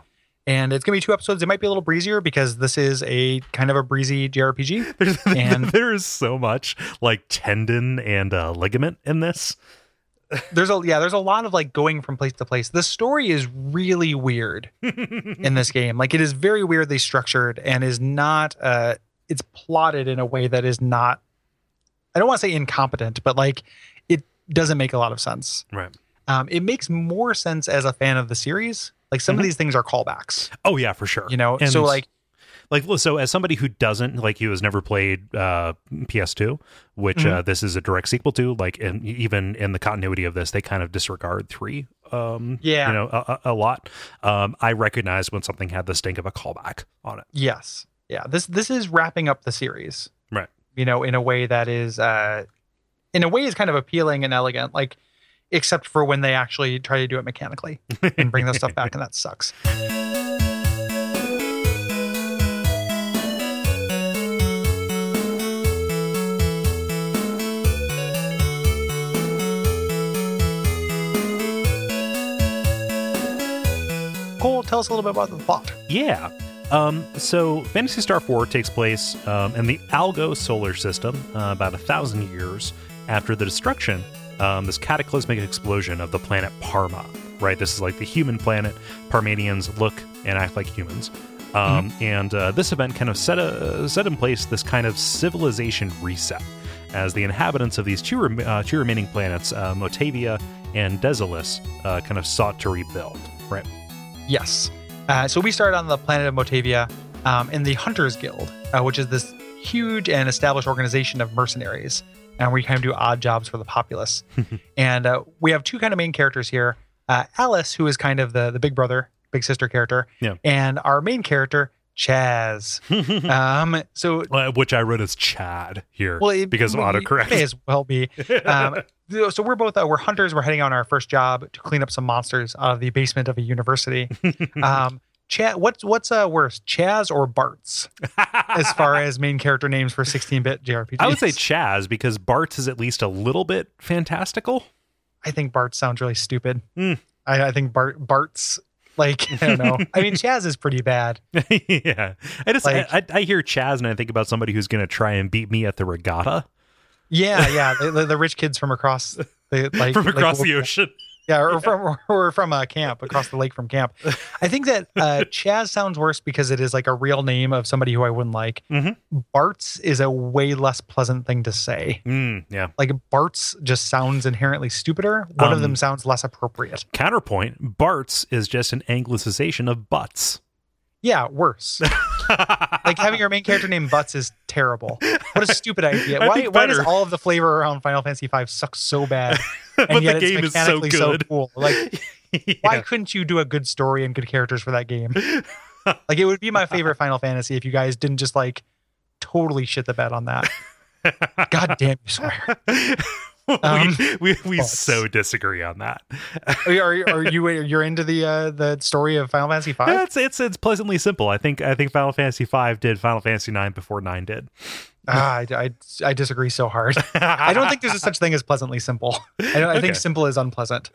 and it's gonna be two episodes. It might be a little breezier because this is a kind of a breezy JRPG. yeah, there's, and- there is so much like tendon and uh, ligament in this. There's a yeah, there's a lot of like going from place to place. The story is really weird in Mm-hmm. this game. Like it is very weirdly structured and is not uh it's plotted in a way that is not I don't want to say incompetent, but like it doesn't make a lot of sense. Right. Um it makes more sense as a fan of the series. Like some Mhm. of these things are callbacks, Oh yeah, for sure. you know. And so like like well, so as somebody who doesn't like you has never played uh, PS2, which Mm-hmm. uh, this is a direct sequel to. Like and even in the continuity of this, they kind of disregard three. Um, Yeah. you know a, a a lot. Um, I recognized when something had the stink of a callback on it. Yes. Yeah. This this is wrapping up the series. Right. You know, in a way that is uh in a way is kind of appealing and elegant, like except for when they actually try to do it mechanically and bring that stuff back and that sucks. Cole, tell us a little bit about the plot. Yeah. Um, so Fantasy Star 4 takes place um, in the Algo solar system uh, about a thousand years after the destruction, um, this cataclysmic explosion of the planet Parma, right? This is like the human planet. Parmanians look and act like humans. Um, And uh, this event kind of set, a, set in place this kind of civilization reset as the inhabitants of these two, rem- uh, two remaining planets, uh, Motavia and Desolus, uh, kind of sought to rebuild, right? Yes. Uh, so we started on the planet of Motavia um, in the Hunters Guild, uh, which is this huge and established organization of mercenaries. And we kind of do odd jobs for the populace. and uh, we have two kind of main characters here uh, Alice, who is kind of the, the big brother, big sister character, Yeah. and our main character, Chaz. um, so, Uh, which I read as Chad here well, it, because of well, autocorrect. it may as well be. Um, so we're both uh, we're hunters. We're heading on our first job to clean up some monsters out of the basement of a university. um, Chad, what's what's uh, worse, Chaz or Bart's? As far as main character names for 16-bit JRPGs, I would say Chaz because Bart's is at least a little bit fantastical. I think Bart sounds really stupid. Mm. I, I think Bart Bart's like I don't know. I mean, Chaz is pretty bad. yeah, I just Like- I, I, I hear Chaz and I think about somebody who's going to try and beat me at the regatta Yeah, yeah. the, the, the rich kids from across the like from like, across will- the ocean. Yeah, or from or from a camp across the lake from camp. I think that uh, Chaz sounds worse because it is like a real name of somebody who I wouldn't like. Mhm. Bart's is a way less pleasant thing to say. Mm, yeah. Like Bart's just sounds inherently stupider. One Um, of them sounds less appropriate. Counterpoint: Bart's is just an anglicization of butts. Yeah, worse. like having your main character named Butts is terrible. What a stupid idea. I Why, think why does better. all of the flavor around Final Fantasy V suck so bad? And but yet the game it's is so mechanically so, good. cool. Like Yeah. why couldn't you do a good story and good characters for that game? like it would be my favorite Final Fantasy if you guys didn't just like totally shit the bed on that. God damn you swear. Um, we we, we butts. so disagree on that. Are, are, are you you're into the uh, the story of Final Fantasy No, V? it's it's it's pleasantly simple. I think I think Final Fantasy V did Final Fantasy Nine before Nine did. Ah, I, I I disagree so hard. I don't think there's a such thing as pleasantly simple. I, don't, I Okay. think simple is unpleasant.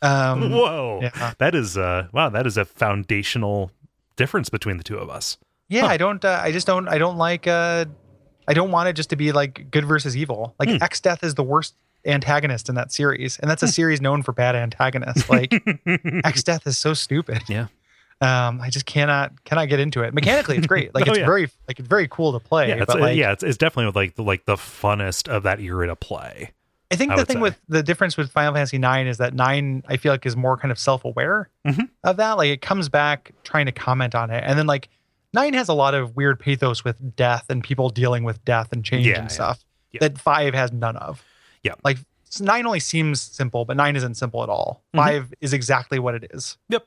Um, Whoa, yeah. that is uh wow, that is a foundational difference between the two of us. Yeah, Huh. I don't. Uh, I just don't. I don't like. Uh, I don't want it just to be like good versus evil. Like Hmm. X Death is the worst antagonist in that series, and that's a series known for bad antagonists. Like X Death is so stupid. Yeah. Um, I just cannot cannot get into it. Mechanically, it's great. Like Oh, it's yeah. very like it's very cool to play. yeah, it's, but uh, like, yeah, it's, it's definitely like the, like the funnest of that era to play. I think I the would thing say. with the difference with Final Fantasy Nine is that nine I feel like is more kind of self aware Mhm. of that. Like it comes back trying to comment on it, and then like nine has a lot of weird pathos with death and people dealing with death and change Yeah, yeah. and stuff Yeah. that five has none of. Yeah. like s- nine only seems simple, but nine isn't simple at all. Mhm. Five is exactly what it is. Yep.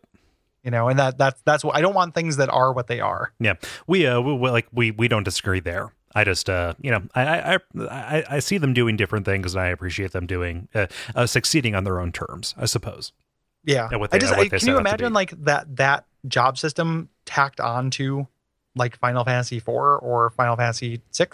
You know, and that that's that's what I don't want things that are what they are. Yeah, we uh, we, we- like we we don't disagree there. I just uh, you know, I I I- I, I see them doing different things, and I appreciate them doing uh, uh succeeding on their own terms. I suppose. Yeah. And what I they- just and what I, they can set you out to imagine be. like that that job system tacked onto like Final Fantasy IV or Final Fantasy VI?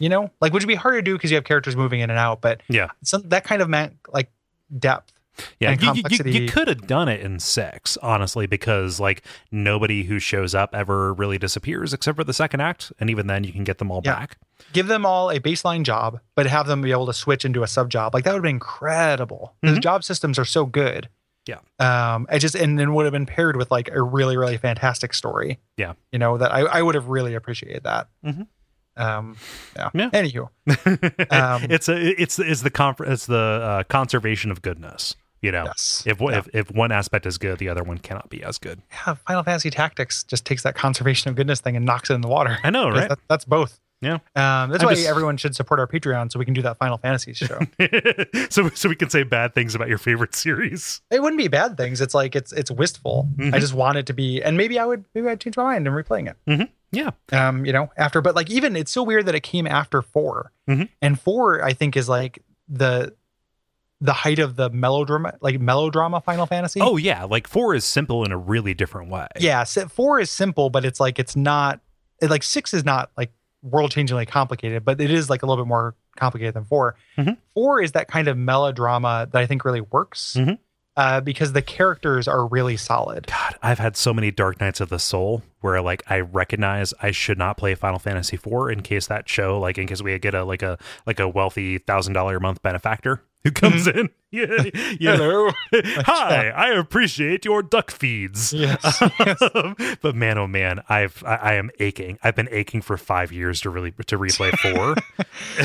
You know, like which would be harder to do because you have characters moving in and out, but Yeah. some, that kind of meant like depth. Yeah, and you- you, you, you complexity. could have done it in six, honestly, because like nobody who shows up ever really disappears except for the second act, and even then you can get them all Yeah. back. Give them all a baseline job, but have them be able to switch into a sub job. Like that would have been incredible. Mhm. The job systems are so good. Yeah. Um, it just and then would have been paired with like a really really fantastic story. Yeah. You know that I I would have really appreciated that. Mhm. Um. Yeah. Yeah. Anywho. Um, it's a it's it's the conf- it's the uh, conservation of goodness. You know, Yes. if one Yeah. if, if one aspect is good, the other one cannot be as good. yeah, Final Fantasy Tactics just takes that conservation of goodness thing and knocks it in the water. I know, right? That- that's both. Yeah. Um, that's I'm why just- everyone should support our Patreon so we can do that Final Fantasy show. so so we can say bad things about your favorite series. it wouldn't be bad things. It's like it's it's wistful. Mhm. I just want it to be, and maybe I would maybe I'd change my mind and replaying it. Mm-hmm. Yeah, Um, you know, after but like even it's so weird that it came after 4 Mhm. and four I think is like the the height of the melodrama like melodrama Final Fantasy. Oh yeah, like four is simple in a really different way. yeah so four is simple but it's like it's not it, like six is not like world changingly complicated but it is like a little bit more complicated than 4 Mhm. four is that kind of melodrama that i think really works Mhm. uh, because the characters are really solid God, I've had so many dark nights of the soul where like I recognize I should not play Final Fantasy IV in case that show, like in case we get a like a like a wealthy thousand dollar a month benefactor who comes Mm-hmm. in. Yeah, yeah. hello Hi, I appreciate your duck feeds. yes, yes. but man, oh man, I've I, I am aching. I've been aching for five years to really to replay four.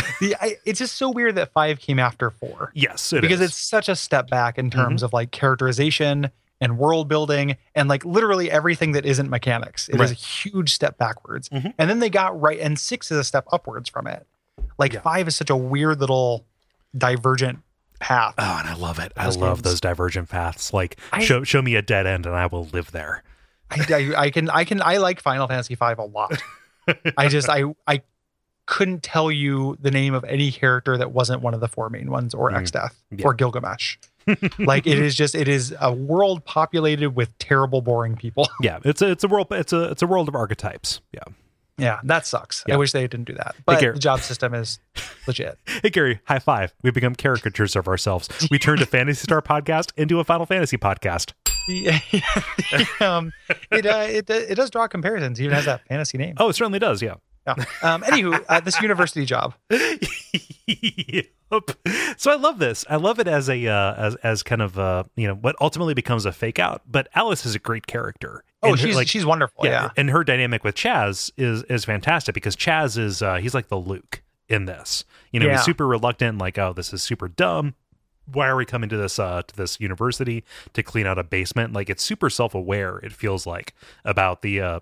The, I, it's just so weird that five came after four yes, it because is. Mm-hmm. it's such a step back in terms of like characterization and world building and like literally everything that isn't mechanics. It is Right. a huge step backwards. Mhm. And then they got right, and six is a step upwards from it. Like Yeah. five is such a weird little divergent path. Oh, and I love it. I Those love games. those divergent paths. Like I- show show me a dead end and I will live there. I, I, I can I can I like Final Fantasy V a lot. I just I I couldn't tell you the name of any character that wasn't one of the four main ones or Mm. X Death Yeah. or Gilgamesh. like it is just it is a world populated with terrible boring people. Yeah, it's a it's a world it's a it's a world of archetypes. Yeah. Yeah, that sucks. Yeah. I wish they didn't do that. But care. the job system is legit. Hey, Gary, high five. We become caricatures of ourselves. We turned a Fantasy Star podcast into a Final Fantasy podcast. Yeah, um, it, uh, it it does draw comparisons. It even has that fantasy name. Oh, it certainly does. Yeah. Yeah. Um, anywho, uh, this university job. Yup. So I love this. I love it as a uh, as as kind of uh, you know what ultimately becomes a fake out. But Alice is a great character. Oh, And her- she's like- she's wonderful. Yeah. and her dynamic with Chaz is is fantastic because Chaz is uh, he's like the Luke in this. You know, Yeah. he's super reluctant, like, oh, this is super dumb. Why are we coming to this uh, to this university to clean out a basement? Like, it's super self aware. It feels like about the uh,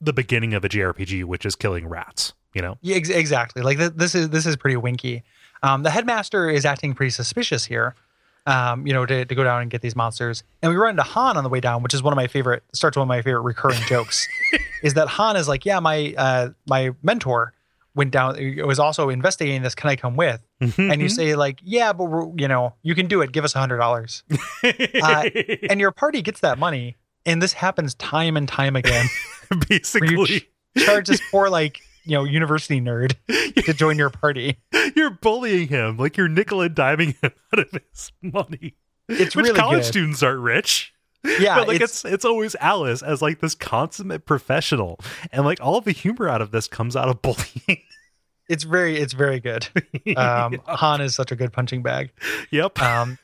the beginning of a JRPG, which is killing rats. You know, Yeah, ex- exactly. Like th- this is this is pretty winky. Um, the headmaster is acting pretty suspicious here. Um, you know, to, to go down and get these monsters, and we run into Han on the way down, which is one of my favorite. Starts one of my favorite recurring jokes, is that Han is like, yeah, my uh, my mentor went down, was also investigating this. Can I come with? And Mm-hmm. you say like, yeah, but we're, you know, you can do it. Give us a hundred dollars, uh, and your party gets that money. And this happens time and time again. basically where you Charge this poor like you know university nerd to join your party. you're bullying him like you're nickel and diming him out of his money. It's Which really college good. students aren't rich. Yeah, but like it's, it's, it's always Alice as like this consummate professional, and like all the humor out of this comes out of bullying. it's very it's very good. Um, Han is such a good punching bag. yep. Um,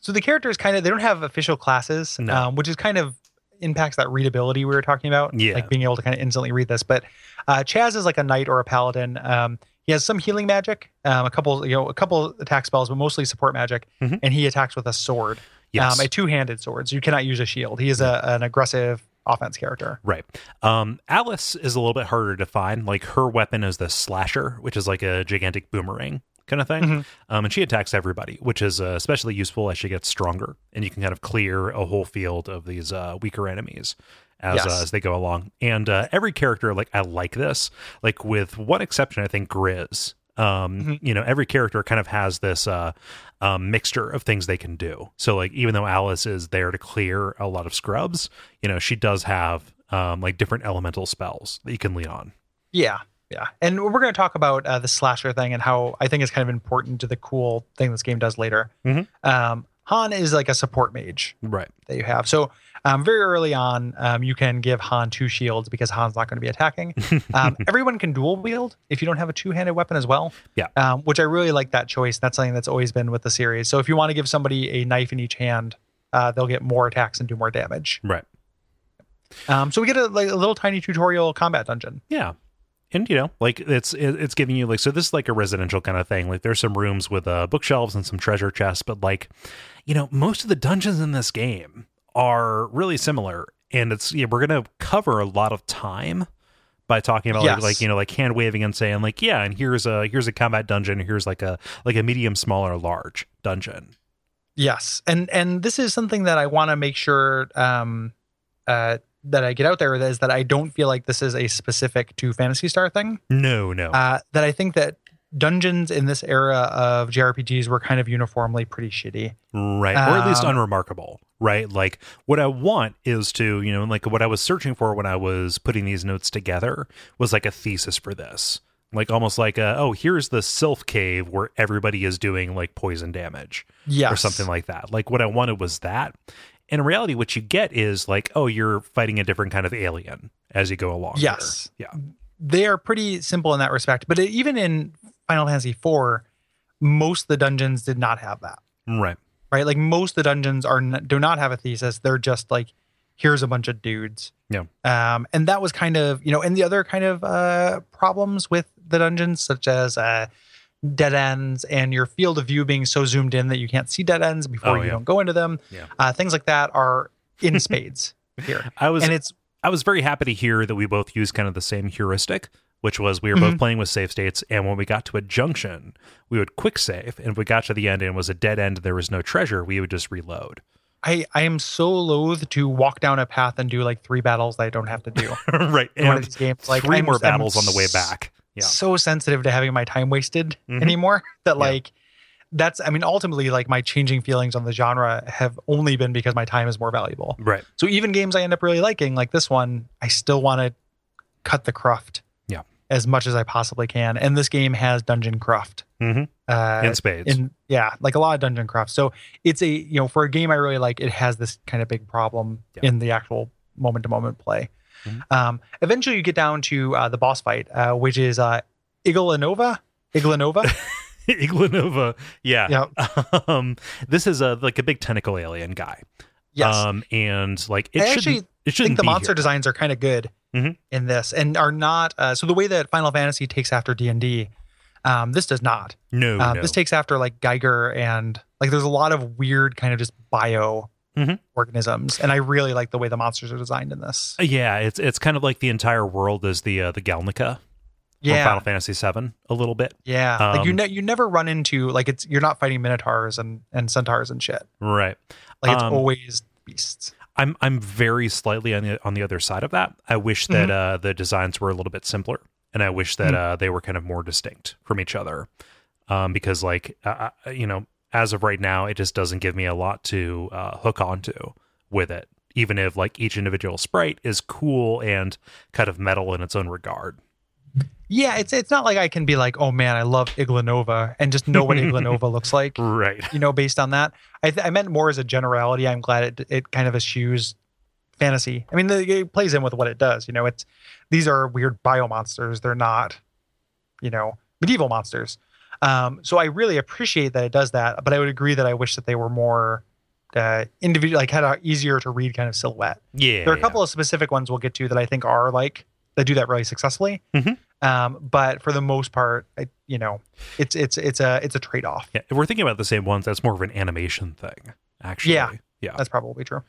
so the characters kind of they don't have official classes, No. um, which is kind of impacts that readability we were talking about. Yeah. like being able to kind of instantly read this. But uh, Chaz is like a knight or a paladin. Um, he has some healing magic, um, a couple you know a couple attack spells, but mostly support magic, Mhm. and he attacks with a sword, Yes. um, a two handed sword. So you cannot use a shield. He is a, an aggressive offense character. Right. Um, Alice is a little bit harder to find. Like her weapon is the slasher, which is like a gigantic boomerang kind of thing. Mhm. Um, and she attacks everybody, which is uh, especially useful as she gets stronger and you can kind of clear a whole field of these uh, weaker enemies as, Yes. uh, as they go along. And uh, every character, like, I like this. Like, with one exception, I think Grizz. Um, Mhm. you know, every character kind of has this uh, um, mixture of things they can do. So, like, even though Alice is there to clear a lot of scrubs, you know, she does have um, like different elemental spells that you can lean on. Yeah, yeah, and we're going to talk about uh, the slasher thing and how I think it's kind of important to the cool thing this game does later. Mhm. Um, Han is like a support mage Right. that you have. So um, very early on, um, you can give Han two shields because Han's not going to be attacking. Um, everyone can dual wield if you don't have a two handed weapon as well. Yeah. um, which I really like that choice. That's something that's always been with the series. So if you want to give somebody a knife in each hand. Uh, they'll get more attacks and do more damage. Right. Um, so we get a, like, a little tiny tutorial combat dungeon. Yeah. And you know, like it's it- it's giving you like so this is like a residential kind of thing. Like there's some rooms with uh bookshelves and some treasure chests, but like you know, most of the dungeons in this game are really similar and it's yeah, we're going to cover a lot of time by talking about like, Yes. like you know like hand waving and saying like yeah and here's a here's a combat dungeon here's like a like a medium small or large dungeon Yes, and and this is something that I want to make sure um, uh, that I get out there is that I don't feel like this is a specific to Fantasy Star thing. no no Uh, that I think that dungeons in this era of JRPGs were kind of uniformly pretty shitty. Right. or at least Um, unremarkable. Right. Like what I want is to, you know, like what I was searching for when I was putting these notes together was like a thesis for this. Like almost like a, oh, here's the sylph cave where everybody is doing like poison damage Yes, or something like that. Like what I wanted was that. And in reality, what you get is like, oh, you're fighting a different kind of alien as you go along. here. Yes. Yeah. they are pretty simple in that respect. But even in Final Fantasy IV, most of the dungeons did not have that. Right. right? Like most of the dungeons are n- do not have a thesis. They're just like here's a bunch of dudes. Yeah. Um, and that was kind of you know, and the other kind of uh, problems with the dungeons, such as uh, dead ends and your field of view being so zoomed in that you can't see dead ends before Oh, you yeah. don't go into them. Yeah. Uh, things like that are in spades here, I was and it's I was very happy to hear that we both used kind of the same heuristic, which was we were Mm-hmm. both playing with save states, and when we got to a junction, we would quick save, and if we got to the end and it was a dead end, there was no treasure, we would just reload. I I am so loath to walk down a path and do like three battles that I don't have to do right, in one of and these games. Like 3 I'm- more I'm battles on the way s- back. Yeah. so sensitive to having my time wasted Mhm. anymore that Yeah. like that's i mean ultimately like my changing feelings on the genre have only been because my time is more valuable Right. so even games i end up really liking like this one i still want to cut the cruft as much as I possibly can. And this game has dungeon craft. Mm-hmm. Uh, in spades. and yeah, like a lot of dungeon craft. So it's a you know for a game I really like, it has this kind of big problem Yeah. in the actual moment to moment play. Mhm. Um, eventually, you get down to uh, the boss fight, uh, which is uh, Iglanova. Iglanova. Iglanova. Yeah. yeah. Um, this is a like a big tentacle alien guy. Yes. Um, and like it I should actually not it I shouldn't think the be monster here. designs are kind of good Mhm. in this and are not. Uh, so the way that Final Fantasy takes after D and D, um, this does not. No, um, no. This takes after like Geiger and like there's a lot of weird kind of just bio Mhm. organisms, and I really like the way the monsters are designed in this. yeah, it's it's kind of like the entire world is the uh, the Galnica from Yeah, Final Fantasy VII a little bit, yeah. like you Um, ne- you never run into like it's you're not fighting minotaurs and and centaurs and shit. right? Like it's Um, always beasts. I'm I'm very slightly on the on the other side of that. I wish that Mm-hmm. uh, the designs were a little bit simpler, and I wish Mm. that uh, they were kind of more distinct from each other, um, because like uh, uh, you know, as of right now, it just doesn't give me a lot to uh, hook onto with it. Even if like each individual sprite is cool and kind of metal in its own regard. Yeah, it's it's not like I can be like, oh man, I love Iglanova and just know what Iglanova looks like. Right. you know, based on that. I, th- I meant more as a generality. I'm glad it, it kind of eschews fantasy. I mean, the, it plays in with what it does. You know, it's these are weird bio monsters. They're not, you know, medieval monsters. Um, so I really appreciate that it does that. But I would agree that I wish that they were more uh, individual, like had a easier to read kind of silhouette. Yeah. There are a couple of specific ones we'll get to that I think are like that do that really successfully. Mhm. Um, but for the most part, I, you know, it's it's it's a it's a trade off. Yeah, if we're thinking about the same ones. That's more of an animation thing, actually. Yeah. Yeah. That's probably true.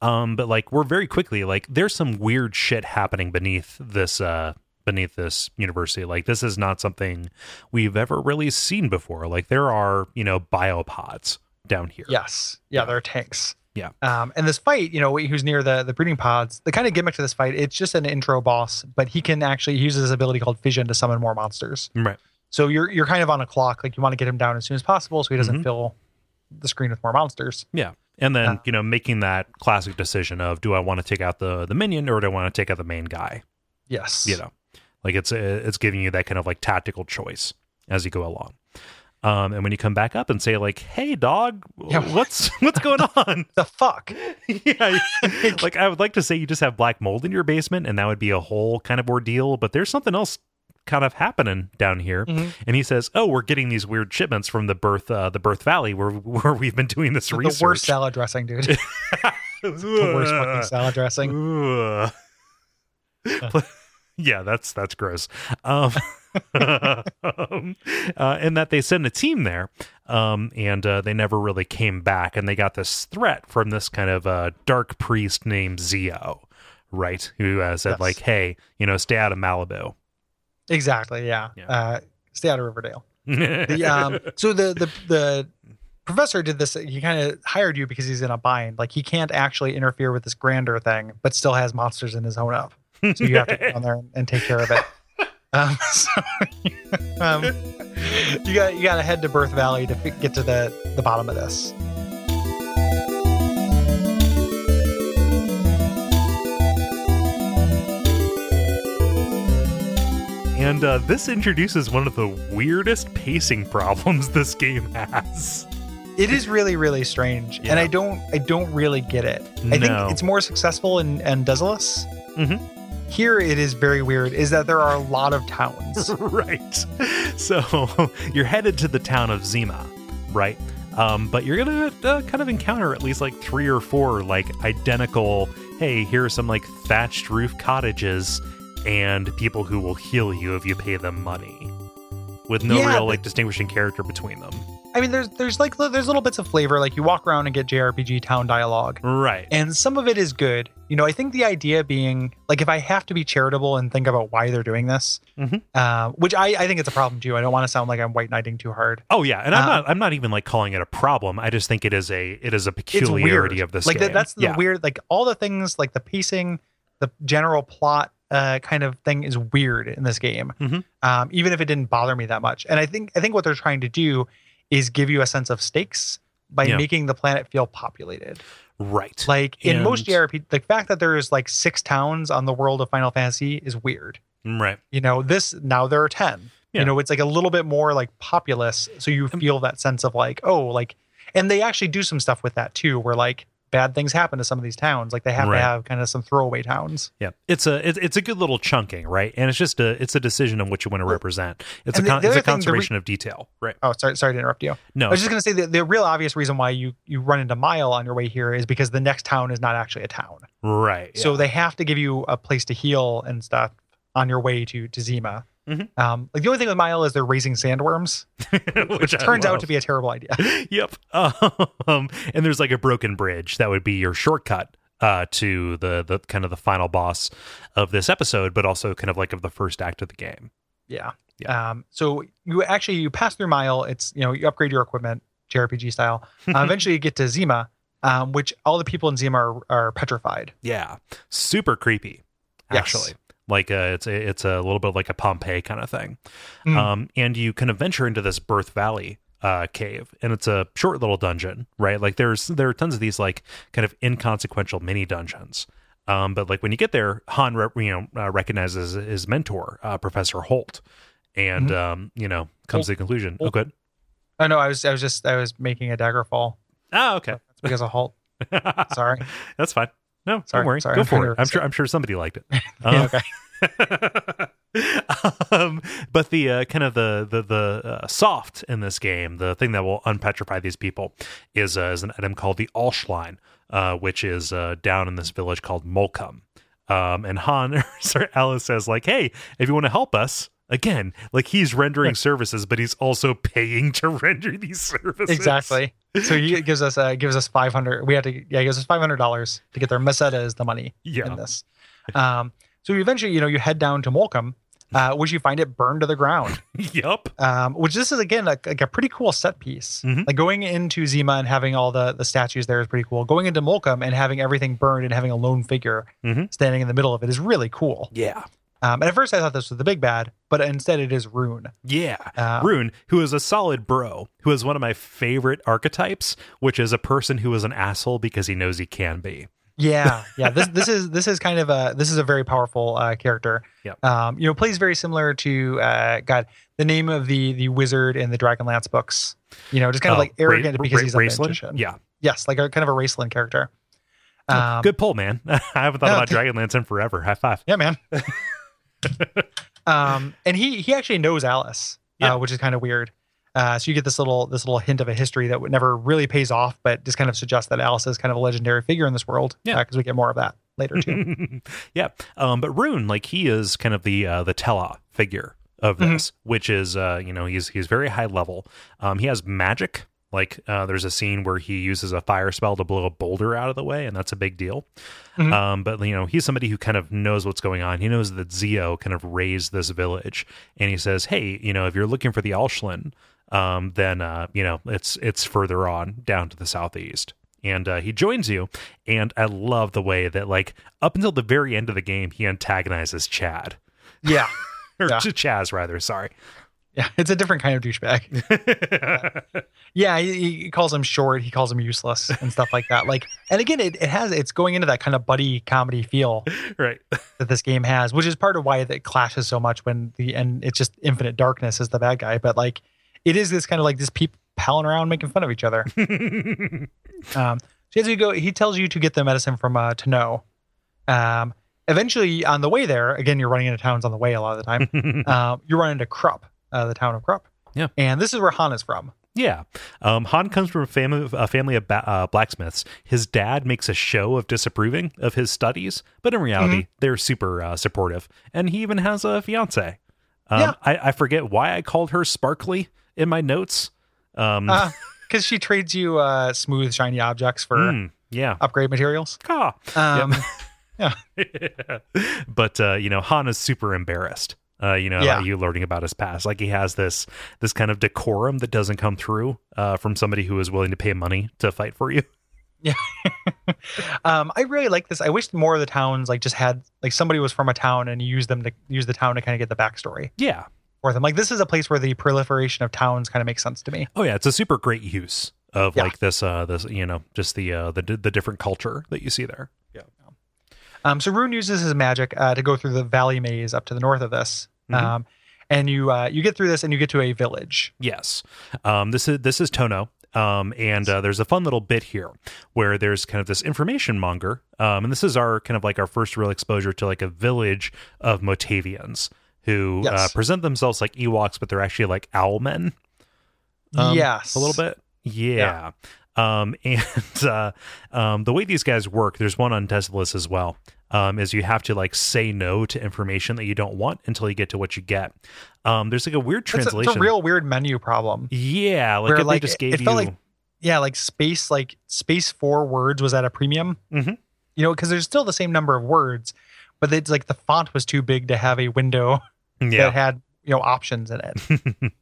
um but like we're very quickly like there's some weird shit happening beneath this uh beneath this university like this is not something we've ever really seen before like there are you know biopods down here Yes. Yeah, Yeah. they're tanks. Yeah. Um, and this fight, you know, who's near the the breeding pods, the kind of gimmick to this fight, it's just an intro boss, but he can actually he uses his ability called fission to summon more monsters. right So you're you're kind of on a clock, like you want to get him down as soon as possible so he doesn't Mhm. fill the screen with more monsters. and then Uh. you know making that classic decision of do i want to take out the the minion or do i want to take out the main guy Yes. you know like it's uh, it's giving you that kind of like tactical choice as you go along um and when you come back up and say like hey dog Yeah. what's what's going on The fuck. yeah, I- like I would like to say you just have black mold in your basement, and that would be a whole kind of ordeal. But there's something else kind of happening down here. Mhm. And he says, "Oh, we're getting these weird shipments from the birth, uh, the birth valley, where where we've been doing this research." The worst salad dressing, dude. the worst fucking salad dressing. Ugh. yeah, that's that's gross. Um, um, uh, and that they send a team there, um, and uh, they never really came back, and they got this threat from this kind of uh, dark priest named Zio, right? Who uh, said Yes. like, "Hey, you know, stay out of Malibu." Exactly. Yeah. Yeah. Uh, stay out of Riverdale. the um so the the the professor did this he kind of hired you because he's in a bind like he can't actually interfere with this grander thing but still has monsters in his own up so you have to get on there and take care of it um, so, um, you got you got to head to birth valley to fi- get to the the bottom of this And uh, this introduces one of the weirdest pacing problems this game has. it is really really strange Yeah. and i don't i don't really get it No. i think it's more successful in and Desolus. Mhm. here it is very weird is that there are a lot of towns right. So you're headed to the town of Zima, right? Um, but you're gonna uh, kind of encounter at least like three or four like identical. Hey, here are some like thatched roof cottages and people who will heal you if you pay them money, with no Yeah, real but- like distinguishing character between them. I mean, there's there's like li- there's little bits of flavor. Like you walk around and get JRPG town dialogue, Right. and some of it is good. You know, I think the idea being like if I have to be charitable and think about why they're doing this, Mhm. uh, which I, I think it's a problem too. I don't want to sound like I'm white knighting too hard. oh yeah, and I'm Um, not. I'm not even like calling it a problem. I just think it is a it is a It's peculiarity weird. of this like game. that- that's the yeah. weird. Like all the things, like the pacing, the general plot. Uh, kind of thing is weird in this game, Mhm. um, even if it didn't bother me that much. And I think I think what they're trying to do is give you a sense of stakes by Yeah. making the planet feel populated. right. Like in most E And- JRPG, the fact that there is like six towns on the world of Final Fantasy is weird. Right. You know, this now there are 10. Yeah. You know, it's like a little bit more like populous. So you feel that sense of like, oh, like, and they actually do some stuff with that too, where like bad things happen to some of these towns. Like they have Right. to have kind of some throwaway towns. Yeah. It's a it's, it's a good little chunking, right? And it's just a it's a decision on what you want to represent. It's a and the- con- the it's other a thing, the re- conservation of detail, right? Oh, sorry, sorry to interrupt you. No. I was just gonna say the, the real obvious reason why you you run into Mile on your way here is because the next town is not actually a town. right. So they have to give you a place to heal and stuff on your way to to Zima. Mhm. Um, like the only thing with Mile is they're raising sandworms, yeah. which turns out to be a terrible idea. yep. Um, and there's like a broken bridge that would be your shortcut uh, to the the kind of the final boss of this episode, but also kind of like of the first act of the game. Yeah. Um, so you actually you pass through Mile. It's you know you upgrade your equipment JRPG style. Uh, eventually you get to Zima, um, which all the people in Zima are, are petrified. Yeah, super creepy. Yes. Actually, like uh, it's a, it's a little bit like a Pompeii kind of thing. Mm. Um, and you kind of venture into this Birth Valley uh cave, and it's a short little dungeon, right? Like there's there are tons of these like kind of inconsequential mini dungeons. Um, but like when you get there, Han re- you know uh, recognizes his mentor, uh, Professor Holt, and um, you know comes to the conclusion. Oh, Mm-hmm. Holt. good. Oh no, I was I was just I was making a dagger fall. Ah, okay. That's because of Halt. Sorry. That's fine. No, Sorry, don't worry. sorry, Go I'm trying for it. to- I'm sure. I'm sure somebody liked it. Yeah, Um, okay. um, but the uh, kind of the the the uh, soft in this game, the thing that will unpetrify these people, is uh, is an item called the Alshline, uh, which is uh, down in this village called Molcom. Um, and Han or Sir Alice says like, "Hey, if you want to help us." Again, like he's rendering services, but he's also paying to render these services. Exactly. So he gives us uh, gives us five hundred. We had to yeah, he gives us five hundred dollars to get there. Meseta is the money in Yeah. this. Um, so eventually, you know, you head down to Molcom, uh, which you find it burned to the ground. yep. um, which this is again like, like a pretty cool set piece. Mhm. Like going into Zima and having all the the statues there is pretty cool. Going into Molcom and having everything burned and having a lone figure Mhm. standing in the middle of it is really cool. Yeah. Um, and at first I thought this was the big bad, but instead it is Rune. Yeah. Um, Rune, who is a solid bro, who is one of my favorite archetypes, which is a person who is an asshole because he knows he can be. Yeah, yeah. This this is this is kind of a this is a very powerful uh, character. Yep. Um, you know, plays very similar to uh, God, the name of the the wizard in the Dragonlance books. You know, just kind of Uh, like arrogant Ra- because Ra- he's a Raceland? magician. Yeah. Oh, Yes, like a kind of a Raceland character. Um, Good pull, man. I haven't thought Yeah. about Dragonlance in forever. High five. Yeah, man. um, and he he actually knows Alice, Yeah. uh, which is kind of weird. Uh, so you get this little this little hint of a history that never really pays off, but just kind of suggests that Alice is kind of a legendary figure in this world. Yeah. because we get more of that later too. yeah. Um, but Rune, like he is kind of the uh, the Tela figure of Mhm. this, which is uh, you know he's he's very high level. Um, he has magic. Like uh, there's a scene where he uses a fire spell to blow a boulder out of the way, and that's a big deal. Mhm. Um, but you know he's somebody who kind of knows what's going on. He knows that Zio kind of raised this village, and he says, "Hey, you know if you're looking for the Alshlin, um, then uh, you know it's it's further on down to the southeast." And uh, he joins you, and I love the way that like up until the very end of the game, he antagonizes Chad yeah, or Yeah. Ch- Chaz rather. Sorry. yeah, it's a different kind of douchebag. Yeah, he, he calls him short, he calls him useless, and stuff like that. Like, and again, it, it has it's going into that kind of buddy comedy feel right. that this game has, which is part of why it clashes so much when the and it's just infinite darkness is the bad guy, but like it is this kind of like this people palling around making fun of each other. Um, so as you go, he tells you to get the medicine from uh, to know. Um, eventually, on the way there, again, you're running into towns on the way a lot of the time. um, you run into Krupp, uh, the town of Krupp. Yeah. and this is where Han is from. yeah. Um, Han comes from a family, a family of ba- uh, blacksmiths. His dad makes a show of disapproving of his studies, but in reality, Mm-hmm. they're super uh, supportive. And he even has a fiance. Um, Yeah. I, I forget why I called her Sparkly in my notes. Um, because Uh, she trades you uh, smooth, shiny objects for mm, yeah. upgrade materials. Ah. Um, but uh, you know, Han is super embarrassed. Uh, you know, Yeah. about you learning about his past. Like he has this this kind of decorum that doesn't come through uh, from somebody who is willing to pay money to fight for you. um, I really like this. I wish more of the towns like just had like somebody was from a town and you use them to use the town to kind of get the backstory Yeah. for them. Like this is a place where the proliferation of towns kind of makes sense to me. Oh yeah, it's a super great use of Yeah. like this uh this you know, just the uh the the different culture that you see there. Yeah. Um, so Rune uses his magic uh, to go through the valley maze up to the north of this. Mhm. Um, and you uh, you get through this and you get to a village. Yes. Um, this is this is Tono. Um, and uh, there's a fun little bit here where there's kind of this information monger, um, and this is our kind of like our first real exposure to like a village of Motavians who uh, Yes. present themselves like Ewoks, but they're actually like owl men. Um, yes. a little bit. Yeah. Um, and uh, um, the way these guys work, there's one on Desolus as well. Um, is you have to like say no to information that you don't want until you get to what you get. Um, there's like a weird It's a- translation. It's a, real weird menu problem. Yeah, like Where, if they like, just it- gave it you. felt like- Yeah, like space, like space four words was at a premium. Mhm. You know, because there's still the same number of words, but it's like the font was too big to have a window that yeah, had you know options in it.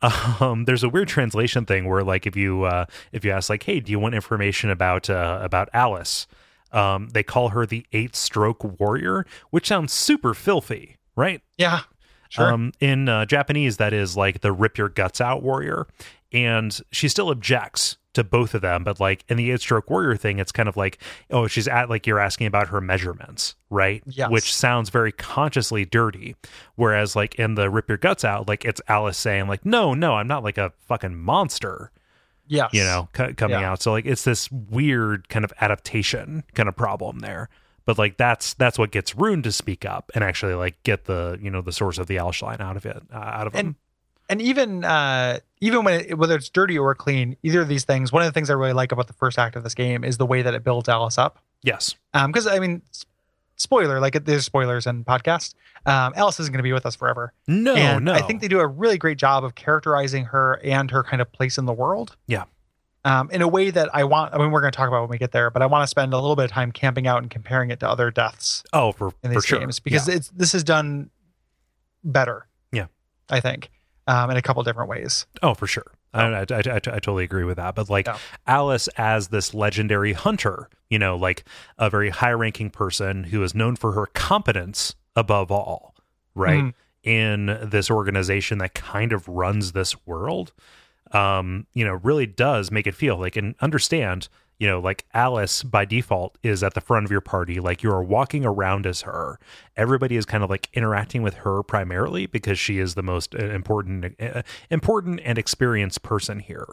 um, there's a weird translation thing where like if you uh, if you ask like, hey, do you want information about uh, about Alice? Um, they call her the Eight Stroke Warrior, which sounds super filthy, right? Yeah. Sure. Um, in uh, Japanese, that is like the Rip Your Guts Out Warrior, and she still objects to both of them. But like in the Eight Stroke Warrior thing, it's kind of like, oh, she's at like you're asking about her measurements, right? Yes. Which sounds very consciously dirty. Whereas like in the rip your guts out, like it's Alice saying like, no, no, I'm not like a fucking monster, yes. you know, c- coming Yeah. out. So like it's this weird kind of adaptation kind of problem there. But like that's that's what gets Rune to speak up and actually like get the you know the source of the Alice line out of it uh, out of And- him. and even uh, even when it, whether it's dirty or clean, either of these things. One of the things I really like about the first act of this game is the way that it builds Alice up. Yes, Because I mean, s- spoiler like there's spoilers in podcast. Um, Alice isn't going to be with us forever. no, and Oh, no. I think they do a really great job of characterizing her and her kind of place in the world. Yeah. Um, in a way that I want. I mean, we're going to talk about when we get there, but I want to spend a little bit of time camping out and comparing it to other deaths oh for for in these sure games because it's this is done better. Yeah. I think um, in a couple different ways. Oh, for sure. I, I, I, I totally agree with that. But like Yeah. Alice as this legendary hunter, you know, like a very high ranking person who is known for her competence above all, right? Mhm. In this organization that kind of runs this world, um, you know, really does make it feel like and understand, you know, like Alice by default is at the front of your party. Like you are walking around as her. Everybody is kind of like interacting with her primarily because she is the most uh, important, uh, important and experienced person here.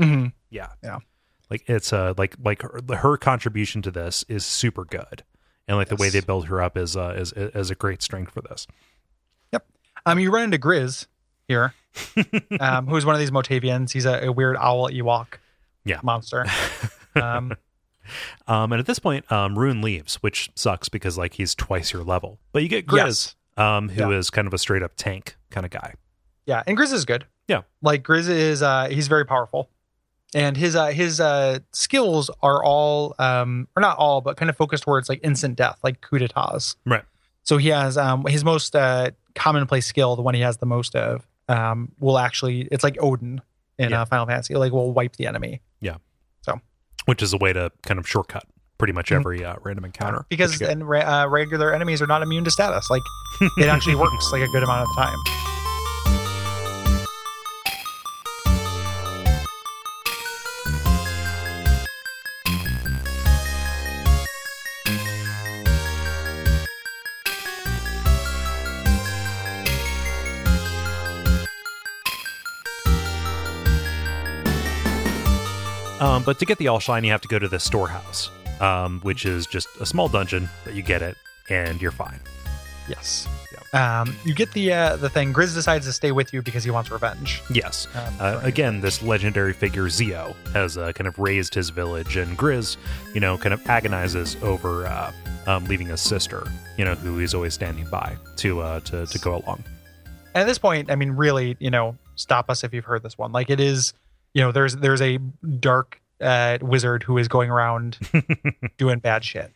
Mhm. Yeah. Yeah. Like it's uh like like her, her contribution to this is super good. And like the way Yes. they build her up is uh is is a great strength for this. Um, you run into Grizz here, um, who's one of these Motavians. He's a, a weird owl Ewok Yeah. monster. Um, Um and at this point um Rune leaves, which sucks because like he's twice your level. But you get Grizz Yes. um who is Yeah. kind of a straight up tank kind of guy. Yeah, and Grizz is good. Yeah. like Grizz is uh, he's very powerful, and his uh, his uh, skills are all um, or not all, but kind of focused towards like instant death, like coup d'états. Right. So he has um, his most uh, commonplace skill, the one he has the most of, um, will actually it's like Odin in Yeah. uh, Final Fantasy, like will wipe the enemy Which is a way to kind of shortcut pretty much Mhm. every uh, random encounter. because that you get. and re- uh, regular enemies are not immune to status. Like it actually works like a good amount of the time. Um, but to get the All Shine, you have to go to the storehouse, um, which is just a small dungeon, but you get it and you're fine. Yes. Um, you get the uh, the thing. Grizz decides to stay with you because he wants revenge. Yes. Um, Uh, for- again, this legendary figure Zio has uh, kind of raised his village, and Grizz, you know, kind of agonizes over uh, um, leaving his sister, you know, who he's always standing by to uh, to to go along. at this point, I mean, really, you know, stop us if you've heard this one. Like it is, you know, there's there's a dark uh, wizard who is going around doing bad shit.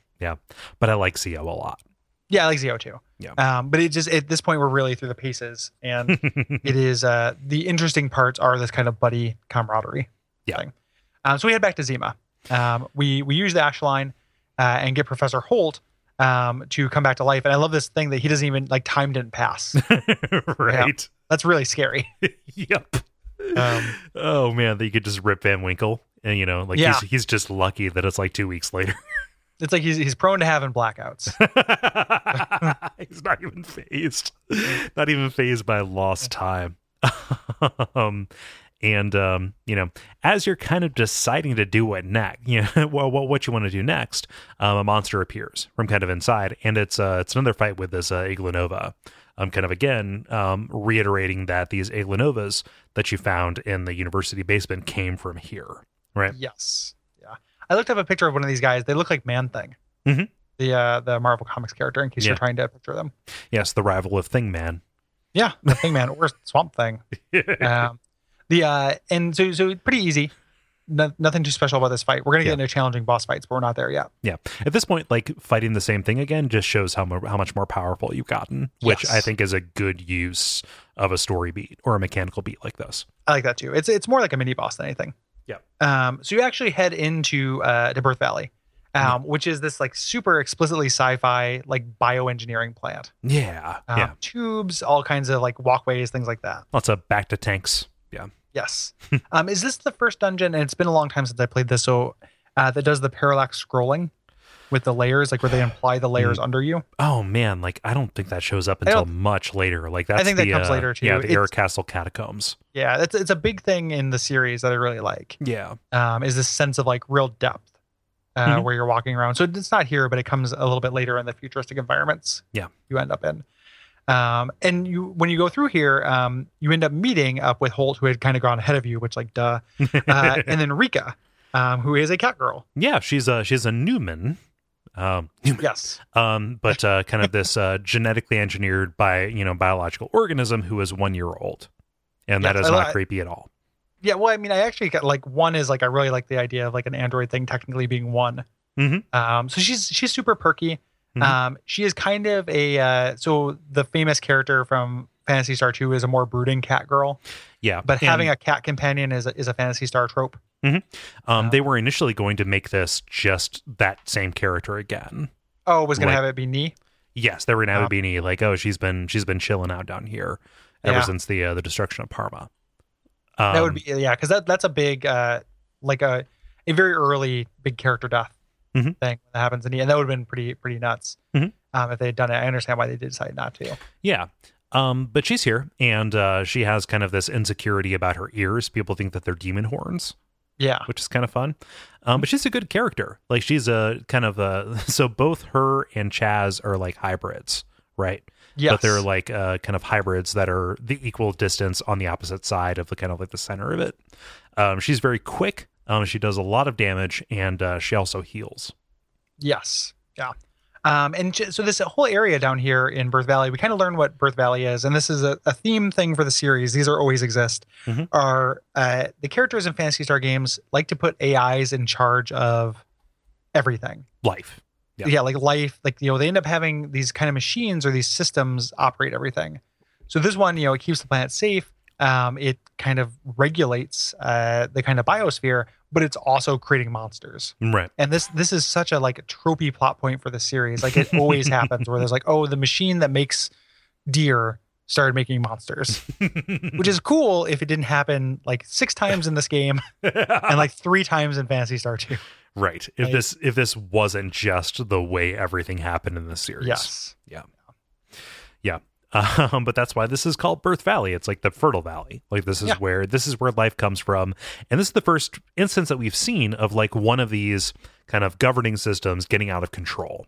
But I like Zio a lot. Yeah, I like Zio too. Yeah. Um, but it just at this point we're really through the paces, and it is uh, the interesting parts are this kind of buddy camaraderie. Yeah. Thing. Um, so we head back to Zima. Um, we we use the Ash line uh, and get Professor Holt um, to come back to life. And I love this thing that he doesn't even like time didn't pass. right. That's really scary. Yep. Um, oh man, that you could just rip Van Winkle, and you know, like Yeah. he's he's just lucky that it's like two weeks later. It's like he's he's prone to having blackouts. He's not even phased. Not even phased by lost time. um, and um, you know, as you're kind of deciding to do what next, you know, well, what what you want to do next, um, a monster appears from kind of inside, and it's uh, it's another fight with this uh, Iglanova. Um, kind of again um, reiterating that these Iglanovas that you found in the university basement came from here, right? Yes. Yeah. I looked up a picture of one of these guys. They look like Man Thing. Mhm. The uh, the Marvel Comics character, in case Yeah. you're trying to picture them. Yes, the rival of Thing Man. Yeah, the Thing Man or Swamp Thing. Um, the uh, and so so pretty easy. No, nothing too special about this fight. We're gonna Yeah. get into challenging boss fights, but we're not there yet. Yeah. At this point, like fighting the same thing again just shows how, mo- how much more powerful you've gotten, which Yes. I think is a good use of a story beat or a mechanical beat like this. I like that too. It's it's more like a mini boss than anything. Yep. Um, so you actually head into uh to Birth Valley, Mm-hmm. um, which is this like super explicitly sci-fi like bioengineering plant. Yeah. Um, yeah. Tubes, all kinds of like walkways, things like that. Lots of back to tanks. Yeah. Yes. Hmm. um, is this the first dungeon? And it's been a long time since I played this, so uh, that does the parallax scrolling with the layers, like where they imply the layers under you. Oh, man. Like, I don't think that shows up I don't- until much later. Like, that's think that the, comes uh, later, too. Yeah. The It's- Air Castle catacombs. Yeah, that's it's a big thing in the series that I really like. Yeah. Um, is this sense of like real depth uh, Mhm. where you're walking around. So it's not here, but it comes a little bit later in the futuristic environments. Yeah. you end up in. Um, and you when you go through here, um, you end up meeting up with Holt, who had kind of gone ahead of you, which like duh, uh, and then Rika, um, who is a cat girl. yeah. She's a, she's a Newman. Um, Newman. Yes, um, but uh, kind of this uh, genetically engineered by you know biological organism who is one year old, and that Yes, is I not li- creepy at all. yeah. Well, I mean, I actually got like one is like I really like the idea of like an android thing technically being one. Mhm. Um, so she's she's super perky. Mhm. Um, she is kind of a uh, so the famous character from Fantasy Star Two is a more brooding cat girl, Yeah, but and- having a cat companion is a, is a Fantasy Star trope. Um, Uh, they were initially going to make this just that same character again. Oh, was gonna Like- have it be Nee. Yes, they were gonna have Um, a beanie like, oh, she's been she's been chilling out down here ever Yeah. since the uh, the destruction of Parma. Um, that would be yeah, because that that's a big uh like a a very early big character death Mhm. thing that happens in Nee, and that would have been pretty pretty nuts Mhm. um, if they had done it. I understand why they did decide not to. yeah. Um, but she's here, and uh, she has kind of this insecurity about her ears. People think that they're demon horns. Yeah. which is kind of fun. Um, but she's a good character. Like she's a kind of a so both her and Chaz are like hybrids, right? Yes. But they're like uh, kind of hybrids that are the equal distance on the opposite side of the kind of like the center of it. Um, she's very quick. Um, she does a lot of damage, and uh, she also heals. Yes. Yeah. Um, and j- so this whole area down here in Birth Valley, we kind of learn what Birth Valley is, and this is a, a theme thing for the series. These are always exist. Mhm. Are uh, the characters in Fantasy Star games like to put AIs in charge of everything? Life. Yeah. Yeah. like life. Like you know, they end up having these kind of machines or these systems operate everything. So this one, you know, it keeps the planet safe. Um, it kind of regulates uh, the kind of biosphere, but it's also creating monsters Right. and this this is such a like tropey plot point for the series like it always happens where there's like oh the machine that makes deer started making monsters which is cool if it didn't happen like six times in this game and like three times in fantasy star 2 right. If like- this if this wasn't just the way everything happened in the series. yes Um, but that's why this is called Birth Valley. It's like the fertile valley. Like this is Yeah. where this is where life comes from. And this is the first instance that we've seen of like one of these kind of governing systems getting out of control.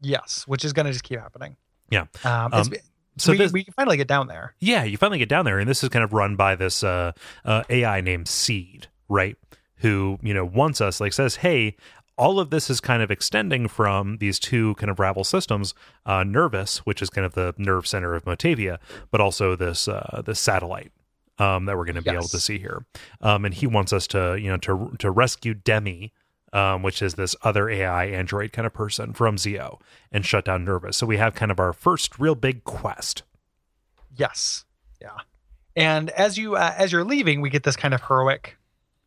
yes which is going to just keep happening Yeah. um, it's- Um, So we, this, we can finally get down there yeah, you finally get down there, and this is kind of run by this uh, uh, AI named Seed, right? Who you know wants us like says, hey. All of this is kind of extending from these two kind of rival systems, uh, Nervous, which is kind of the nerve center of Motavia, but also this uh, this satellite um, that we're going to be able to Yes. see here. Um, and he wants us to you know to to rescue Demi, um, which is this other AI android kind of person from Zeo, and shut down Nervous. So we have kind of our first real big quest. yes yeah and as you uh, as you're leaving we get this kind of heroic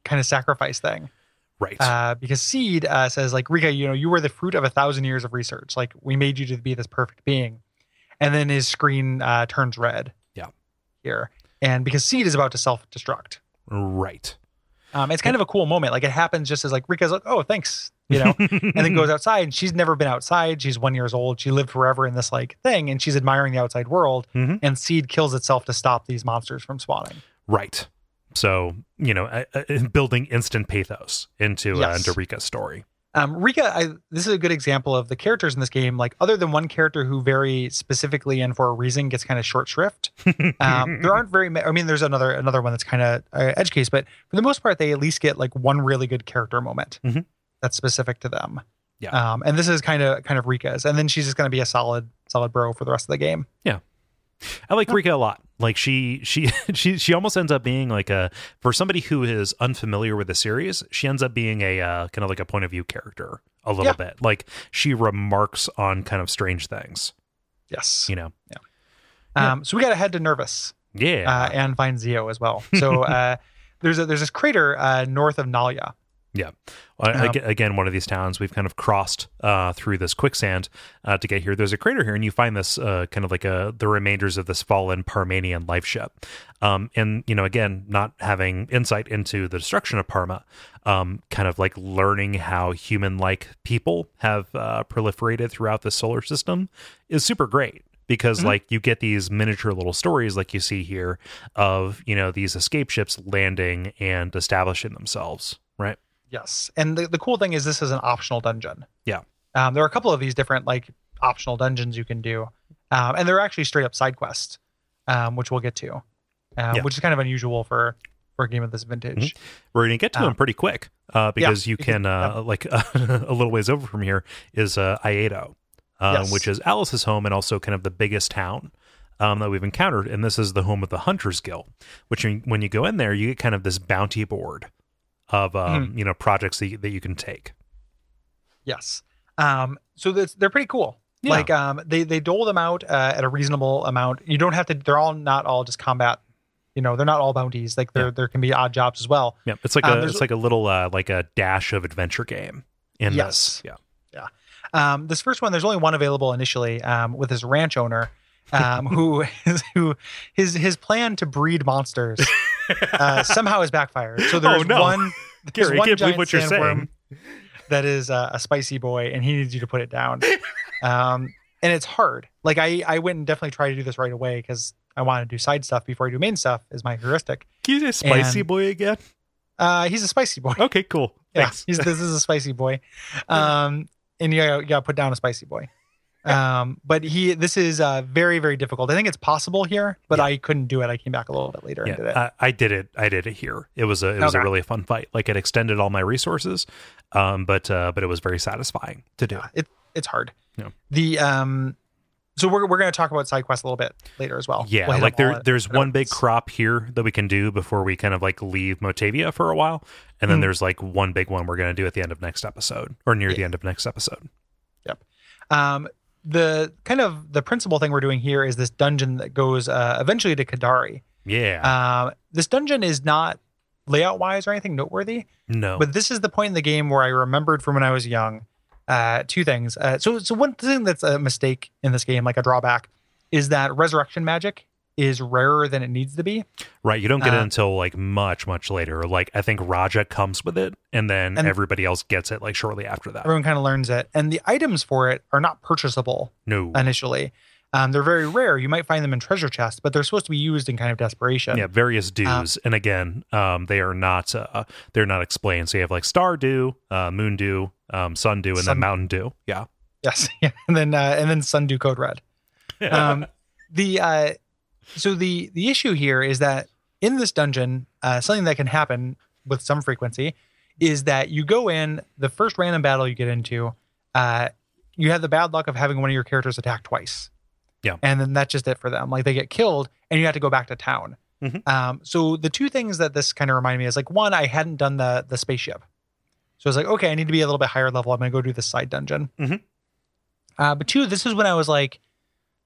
kind of sacrifice thing Right. uh, because Seed uh, says, like, Rika, you know, you were the fruit of a thousand years of research. Like, we made you to be this perfect being. And then his screen uh, turns red. Yeah. Here. And because Seed is about to self destruct. Right. Um, it's kind of a cool moment. Like, it happens just as, like, Rika's like, oh, thanks. you know, and then goes outside and she's never been outside. She's one years old. She lived forever in this like thing and she's admiring the outside world. Mhm. And seed kills itself to stop these monsters from spawning. Right. So, you know, uh, uh, building instant pathos into uh, Yes. into Rika's story. Um, Rika, I, this is a good example of the characters in this game. Like, other than one character who very specifically and for a reason gets kind of short shrift, um, there aren't very. Ma- I mean, there's another another one that's kind of uh, edge case, but for the most part, they at least get like one really good character moment Mhm. that's specific to them. Yeah. Um, and this is kind of kind of Rika's, and then she's just going to be a solid solid bro for the rest of the game. I like Rika a lot. Like she she she she almost ends up being like a for somebody who is unfamiliar with the series, she ends up being a uh, kind of like a point of view character a little Yeah. bit. Like she remarks on kind of strange things, Yes. you know. yeah. Um, so we got to head to Nervous Yeah. uh, and find Zio as well. So uh, there's a, there's this crater uh, north of Nalia. Well, I- I Um, get- again, one of these towns we've kind of crossed uh, through this quicksand uh, to get here. There's a crater here, and you find this uh, kind of like a, the remainders of this fallen Parmanian life ship. Um, and you know, again, not having insight into the destruction of Parma, um, kind of like learning how human-like people have uh, proliferated throughout the solar system is super great because Mhm. like you get these miniature little stories like you see here of you know these escape ships landing and establishing themselves right Yes. And the, the cool thing is this is an optional dungeon. Yeah. Um, there are a couple of these different like optional dungeons you can do. Um, and they're actually straight up side quests, um, which we'll get to, um, Yeah. which is kind of unusual for, for a game of this vintage. we're gonna get to Um, them pretty quick uh, because you you can- can uh, like a little ways over from here is uh, Aedo, uh, Yes. which is Alice's home and also kind of the biggest town um, that we've encountered. And this is the home of the Hunters Guild, which you, when you go in there, you get kind of this bounty board of um, Mm-hmm. you know projects that you, that you can take. Yes. Um, so that's, they're pretty cool. Yeah. Like um, they, they dole them out uh, at a reasonable amount. You don't have to, they're all not all just combat. You know, they're not all bounties. Like there, Yeah. there can be odd jobs as well. Yeah, it's like Um, a there's- it's like a little uh, like a dash of adventure game. In Yes. this. yeah, Um, this first one, there's only one available initially um, with this ranch owner, um, who who his his plan to breed monsters uh, somehow has backfired. So there's Oh, no. one there's Gary, I one can't believe giant what you're sandworm saying. that is uh, a spicy boy, and he needs you to put it down. Um, and it's hard. Like I I went and definitely tried to do this right away because I want to do side stuff before I do main stuff is my heuristic. Can you say spicy And- boy again? Uh, he's a spicy boy. Okay, cool. Yeah, Thanks. he's, this is a spicy boy. Um, and you gotta, you gotta put down a spicy boy. Um, but he, this is uh, very, very difficult. I think it's possible here, but Yeah. Uh, I couldn't do it. I came back a little bit later and did it. I, I did it. I did it here. It was a it was a Okay. really fun fight. Like it extended all my resources, um, but uh, but it was very satisfying to do. Yeah, it, it's hard. Yeah. The um, so we're we're gonna talk about side quests a little bit later as well. Yeah, We'll hit like them all there at- there's at one big once. crop here that we can do before we kind of like leave Motavia for a while, and then Mm. there's like one big one we're gonna do at the end of next episode or near the Yeah. end of next episode. Um, the kind of the principal thing we're doing here is this dungeon that goes uh, eventually to Kadari. Yeah, Um, this dungeon is not layout wise or anything noteworthy. no, But this is the point in the game where I remembered from when I was young uh, two things. Uh, so, so one thing that's a mistake in this game, like a drawback, is that resurrection magic is rarer than it needs to be. right. You don't get it uh, until like much much later. Like I think Raja comes with it, and then And- everybody else gets it like shortly after that. Everyone kind of learns it, and the items for it are not purchasable No, initially. Um, they're very rare. You might find them in treasure chests, but they're supposed to be used in kind of desperation. yeah various dues and again um they are not uh they're not explained so you have like star dew uh moon dew um sun dew and then Sun- mountain dew yeah Yes, yeah. and then uh, and then Sundew Code Red. um, the uh, so the the issue here is that in this dungeon, uh, something that can happen with some frequency is that you go in the first random battle you get into, uh, you have the bad luck of having one of your characters attack twice. Yeah. and then that's just it for them. Like they get killed, and you have to go back to town. Mhm. Um, so the two things that this kind of reminded me is like one, I hadn't done the the spaceship, so I was like, okay, I need to be a little bit higher level. I'm gonna go do this side dungeon. Mhm. Uh, but two, this is when I was like,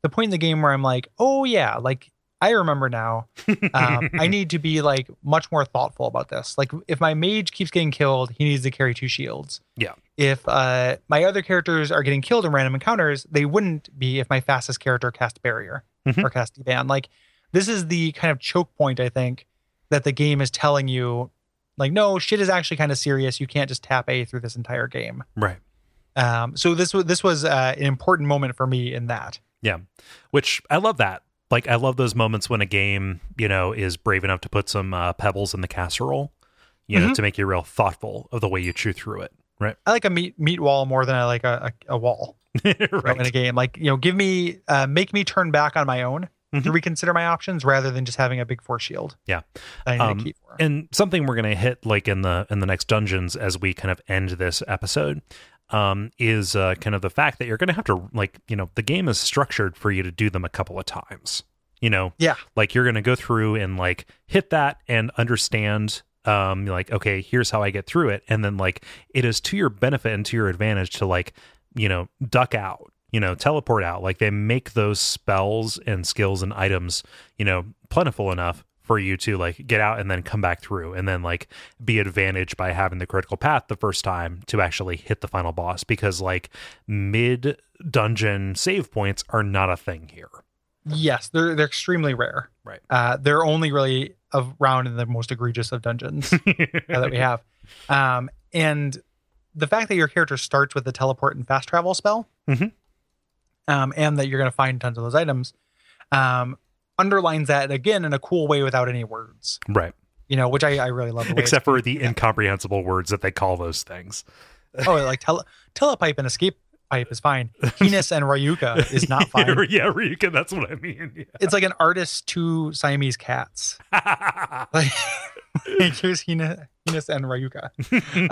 the point in the game where I'm like, oh yeah, like I remember now. Um, I need to be like much more thoughtful about this. Like if my mage keeps getting killed, he needs to carry two shields. Yeah. If uh, my other characters are getting killed in random encounters, they wouldn't be if my fastest character cast barrier Mhm. or cast D-ban. Like this is the kind of choke point I think that the game is telling you like no shit is actually kind of serious. You can't just tap A through this entire game. Right. Um, so this was this was uh, an important moment for me in that. Yeah. Which I love that. Like I love those moments when a game, you know, is brave enough to put some uh, pebbles in the casserole, you know, Mhm. to make you real thoughtful of the way you chew through it. Right. I like a meat meat wall more than I like a, a, a wall you know, in a right. game. Like you know, give me uh, make me turn back on my own to Mhm. reconsider my options rather than just having a big force shield. Yeah. that I need Um, to keep for. And something we're gonna hit like in the in the next dungeons as we kind of end this episode um is uh kind of the fact that you're gonna have to like, you know, the game is structured for you to do them a couple of times. You know, yeah, like you're going to go through and like hit that and understand um like okay here's how i get through it and then like it is to your benefit and to your advantage to like you know duck out you know teleport out like they make those spells and skills and items you know plentiful enough for you to like get out and then come back through and then like be advantaged by having the critical path the first time to actually hit the final boss because like mid dungeon save points are not a thing here yes, they're they're extremely rare. Right. Uh, they're only really around in the most egregious of dungeons. uh, that we have. Um, and the fact that your character starts with the teleport and fast travel spell, Mhm. um, and that you're going to find tons of those items, um, underlines that again in a cool way without any words, right you know, which I, I really love. The way it's- except for the incomprehensible words that they call those things. oh, like tele- telepipe and escape pipe is fine. Penis and Ryuka is Uh, not fine. yeah, Rika, that's what I mean. It's like an artist to Siamese cats. Yeah. Like, here's Hina, Hines and Ryuka.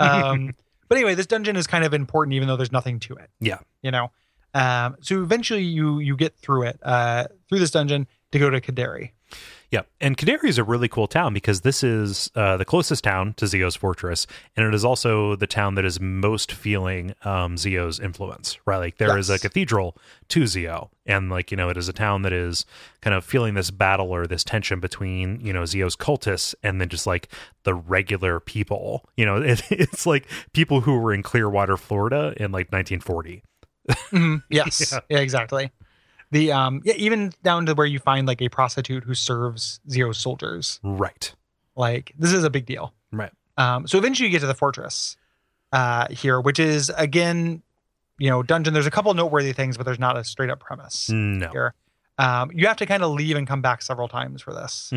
um, but anyway, this dungeon is kind of important, even though there's nothing to it. Yeah. you know. Um, so eventually, you you get through it uh, through this dungeon to go to Kaderi. yeah, and Kaderi is a really cool town because this is uh, the closest town to Zio's fortress, and it is also the town that is most feeling um, Zio's influence. Right, like there is Yes. a cathedral to Zio, and like you know, it is a town that is kind of feeling this battle or this tension between you know Zio's cultists and then just like the regular people. You know, it, it's like people who were in Clearwater, Florida, in like 1940. Mhm. Yes, Yeah. yeah. exactly. The um, yeah, even down to where you find like a prostitute who serves Zero's soldiers. Right. Like this is a big deal. Right. Um, so eventually, you get to the fortress uh, here, which is again, you know, dungeon. There's a couple noteworthy things, but there's not a straight up premise. No. Um, you have to kind of leave and come back several times for this.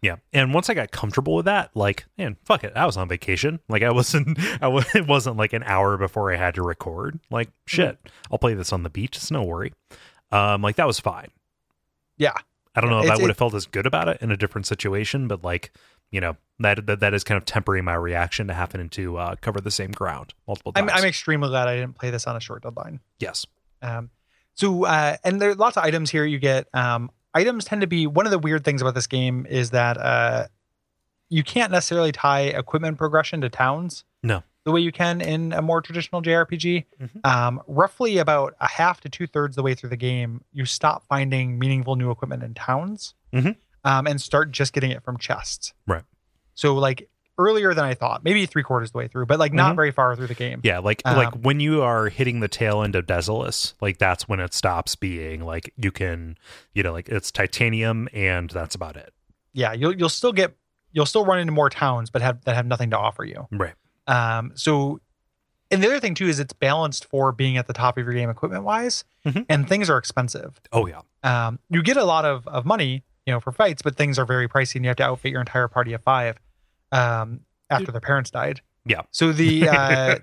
Yeah. And once I got comfortable with that, like, man, fuck it. I was on vacation. Like I wasn't I was it wasn't like an hour before I had to record. Like, Mm-hmm. shit. I'll play this on the beach. It's no worry. Um, like that was fine. Yeah. I don't know if It's- I would it- have felt as good about it in a different situation, but like, you know, that that, that is kind of tempering my reaction to having to uh, cover the same ground multiple I'm, times. I'm extremely glad I didn't play this on a short deadline. yes. Um, so, uh, and there are lots of items here you get. Um, items tend to be one of the weird things about this game is that uh, you can't necessarily tie equipment progression to towns. No. The way you can in a more traditional JRPG. Mhm. Um, roughly about a half to two thirds the way through the game, you stop finding meaningful new equipment in towns Mhm. um, and start just getting it from chests. Right. So, like, earlier than I thought, maybe three quarters of the way through, but like not Mhm. very far through the game. Yeah, like Um, like when you are hitting the tail end of Desolus, like that's when it stops being like you can, you know, like it's titanium and that's about it. yeah, you'll you'll still get you'll still run into more towns, but have that have nothing to offer you. Right. Um, so, and the other thing too is it's balanced for being at the top of your game equipment wise, Mhm. and things are expensive. Oh yeah. Um, you get a lot of of money, you know, for fights, but things are very pricey, and you have to outfit your entire party of five um, after their parents died. Yeah. So the uh,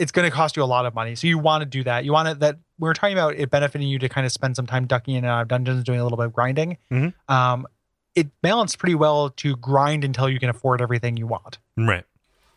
it's going to cost you a lot of money. So you want to do that. You want to that we were talking about it benefiting you to kind of spend some time ducking in and out of dungeons, doing a little bit of grinding. Mhm. Um, it balanced pretty well to grind until you can afford everything you want, right.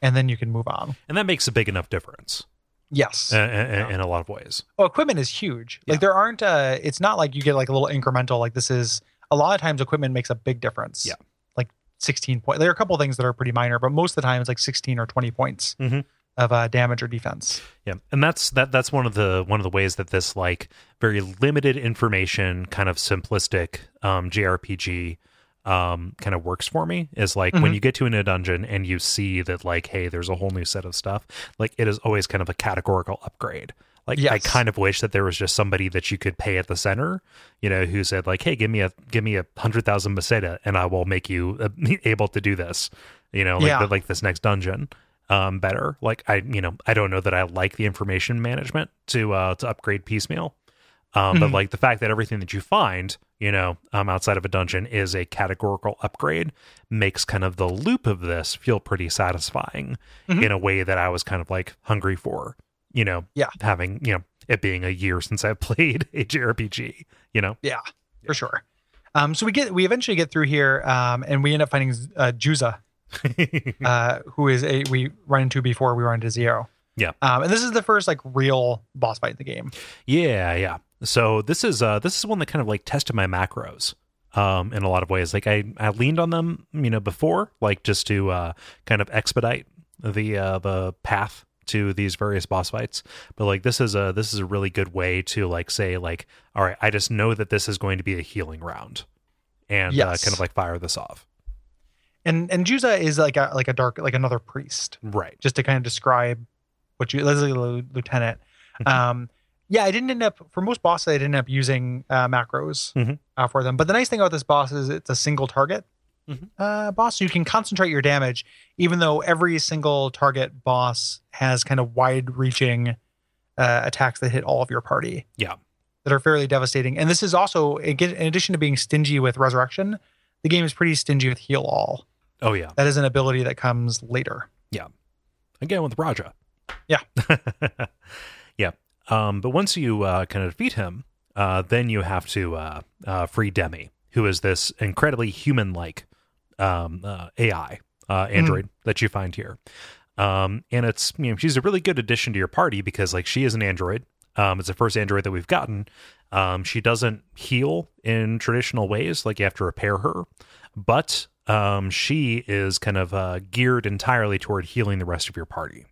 and then you can move on. And that makes a big enough difference Yes. uh, uh, Yeah. in a lot of ways. oh, equipment is huge. Yeah. Like there aren't. Uh, it's not like you get like a little incremental. Like this is a lot of times equipment makes a big difference. Yeah. Like sixteen point. There are a couple things that are pretty minor, but most of the time it's like sixteen or twenty points Mhm. of uh, damage or defense. Yeah, and that's that. That's one of the one of the ways that this like very limited information, kind of simplistic um, JRPG um, kind of works for me. Is like when Mhm. you get to in a dungeon and you see that like, hey, there's a whole new set of stuff. Like it is always kind of a categorical upgrade. Like I Yes. kind of wish that there was just somebody that you could pay at the center, you know, who said like, hey, give me a give me a hundred thousand Meseta and I will make you uh, able to do this. you know, like, Yeah. the, like this next dungeon um, better. Like I, you know, I don't know that I like the information management to uh, to upgrade piecemeal. Um, But Mhm. like the fact that everything that you find, you know, um, outside of a dungeon is a categorical upgrade makes kind of the loop of this feel pretty satisfying Mhm. in a way that I was kind of like hungry for, you know, Yeah. having, you know, it being a year since I played a JRPG, you know? for sure. Um, so we get we eventually get through here, um, and we end up finding uh, Juza, Hmm. uh, who is a we run into before we run into Zero. Yeah. um, and this is the first like real boss fight in the game. Yeah, yeah. So this is uh this is one that kind of like tested my macros um in a lot of ways. Like I I leaned on them, you know, before like just to uh kind of expedite the uh the path to these various boss fights. But like this is a this is a really good way to like say like all right, I just know that this is going to be a healing round and uh, Yes. kind of like fire this off. And and Juza is like a like a dark like another priest, Right. just to kind of describe what you Leslie Lu- Lieutenant. um, yeah, I didn't end up for most bosses. I didn't end up using uh, macros Mhm. uh, for them. But the nice thing about this boss is it's a single target Mhm. uh, boss, so you can concentrate your damage, even though every single target boss has kind of wide-reaching uh, attacks that hit all of your party. Yeah. that are fairly devastating. And this is also again, in addition to being stingy with resurrection, the game is pretty stingy with heal all. Oh yeah. That is an ability that comes later. again with Raja. Yeah. yeah. Um, but once you uh, kind of defeat him, uh, then you have to uh, uh, free Demi, who is this incredibly human like um, uh, AI, uh, android that you find here. Um, and it's, you know, she's a really good addition to your party because, like, she is an android. Um, it's the first android that we've gotten. Um, she doesn't heal in traditional ways, like, you have to repair her but um, she is kind of uh, geared entirely toward healing the rest of your party.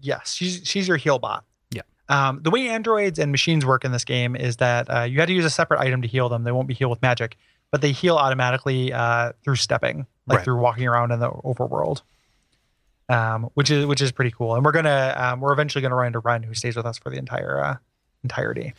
Yes, she's she's your heal bot. Yeah. Um, the way androids and machines work in this game is that uh, you had to use a separate item to heal them. They won't be healed with magic, but they heal automatically uh, through stepping, like Right. through walking around in the overworld, um, which is which is pretty cool. And we're gonna um, we're eventually gonna run into Ren, who stays with us for the entire uh, entirety.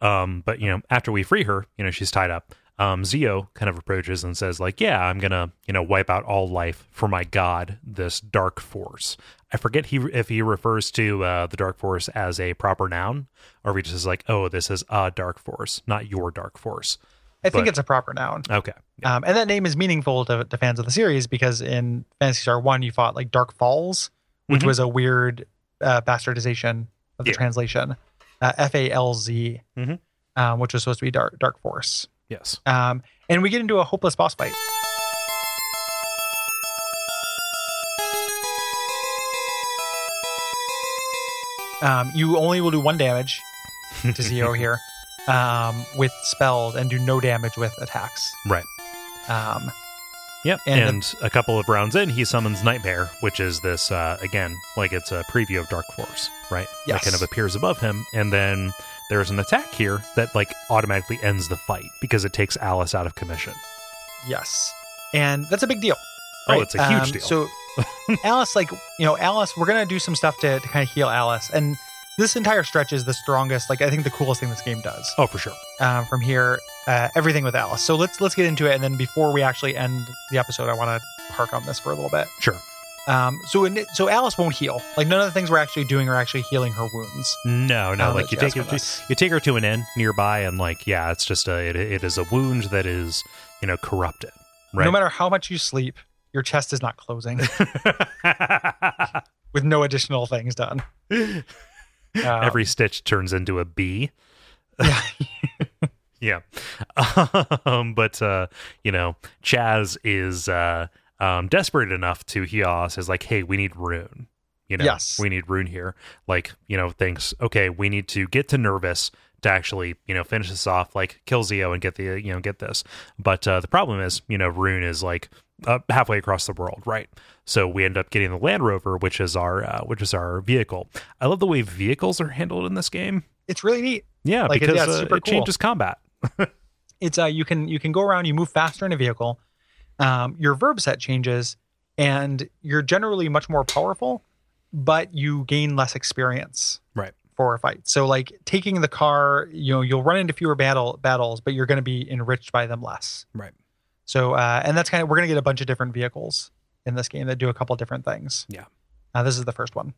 Um, but you know, after we free her, you know, she's tied up. Um, Zio kind of approaches and says, like, "Yeah, I'm gonna, you know, wipe out all life for my god, this dark force." I forget he if he refers to uh, the dark force as a proper noun, or if he just is like, "Oh, this is a dark force, not your dark force." I think But- it's a proper noun. Okay, Um, and that name is meaningful to, to fans of the series because in Fantasy Star One, you fought like Dark Falls, which Mhm. was a weird uh, bastardization of the Yeah. translation, uh, F A L Z, Mhm. um, which was supposed to be Dark Dark Force. yes, Um, and we get into a hopeless boss fight. Um, you only will do one damage to Zio here um, with spells and do no damage with attacks. right. Um, Yep. And And, the- a couple of rounds in, he summons Nightmare, which is this, uh, again, like it's a preview of Dark Force, right? Yes. That kind of appears above him. And then there's an attack here that, like, automatically ends the fight because it takes Alice out of commission. yes. And that's a big deal. Oh, right? it's a huge Um, deal. So Alice, like, you know, Alice, we're going to do some stuff to, to kind of heal Alice. And this entire stretch is the strongest, like, I think the coolest thing this game does. oh, for sure. um, from here. Uh, everything with Alice. So let's let's get into it, and then before we actually end the episode, I want to park on this for a little bit. Sure. Um, so in, so Alice won't heal. Like none of the things we're actually doing are actually healing her wounds. No, no. Um, like, that you she has take, it, from us. you take her to an inn nearby, and, like, yeah, it's just a, it, it is a wound that is, you know, corrupted, right? No matter how much you sleep, your chest is not closing with no additional things done. Um, Every stitch turns into a bee. Yeah. yeah. Um, but uh, you know, Chaz is uh um desperate enough to Hios is like, hey, we need Rune. You know, Yes. we need Rune here. Like, you know, thinks, okay, we need to get to Nervous to actually, you know, finish this off, like kill Zio and get the you know, get this. But uh the problem is, you know, Rune is like uh, halfway across the world, right? So we end up getting the Land Rover, which is our uh, which is our vehicle. I love the way vehicles are handled in this game. it's really neat. Yeah, Like, it- because yeah, it's uh, super it changes combat. It's uh, you can you can go around. You move faster in a vehicle. Um, your verb set changes, and you're generally much more powerful, but you gain less experience. Right. for a fight. So like taking the car, you know, you'll run into fewer battle battles, but you're going to be enriched by them less. Right. So uh, and that's kind of we're going to get a bunch of different vehicles in this game that do a couple different things. Yeah. Uh, this is the first one.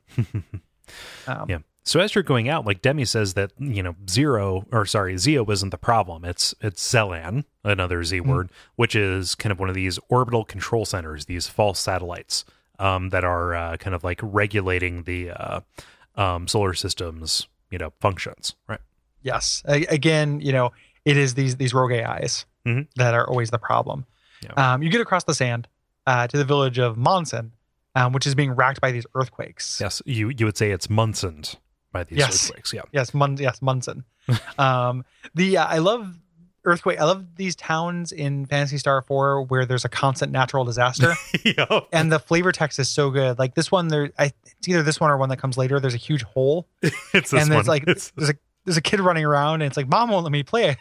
Um, Yeah. So as you're going out, like Demi says that you know zero or sorry Zio isn't the problem. It's it's Zelan, another Z Mhm. word, which is kind of one of these orbital control centers, these false satellites um, that are uh, kind of like regulating the uh, um, solar system's you know functions, right? Yes. A- again, you know, it is these these rogue AIs Mhm. that are always the problem. Yeah. Um, you get across the sand uh, to the village of Monson, um, which is being racked by these earthquakes. Yes. You you would say it's Munsoned by these Yes. earthquakes. Yeah. Yes, Mun- yes, Munson. um, the uh, I love earthquake. I love these towns in Fantasy Star Four where there's a constant natural disaster, yeah. and the flavor text is so good. Like this one, there I, it's either this one or one that comes later. There's a huge hole, It's this and one. there's like It's- there's a there's a kid running around, and it's like, Mom won't let me play.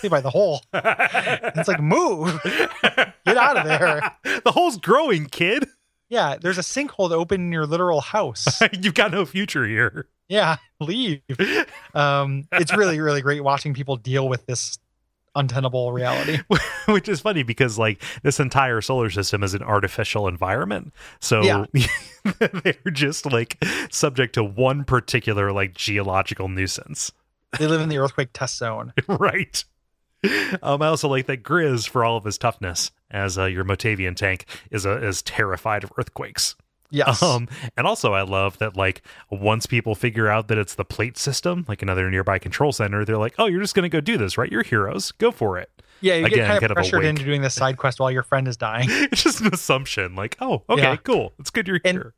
Play by the hole. It's like move. Get out of there. The hole's growing, kid. Yeah, there's a sinkhole to open in your literal house. You've got no future here. yeah, leave. Um, it's really, really great watching people deal with this untenable reality. which is funny because like this entire solar system is an artificial environment so Yeah. they're just like subject to one particular like geological nuisance They live in the earthquake test zone. right um i also like that grizz for all of his toughness as uh, your motavian tank is uh, is terrified of earthquakes Yes. um and also i love that like once people figure out that it's the plate system like another nearby control center they're like oh you're just gonna go do this right you're heroes go for it yeah, you again, get kind kind of of pressured awake. into doing this side quest while your friend is dying. it's just an assumption like oh okay Yeah. cool it's good you're And- here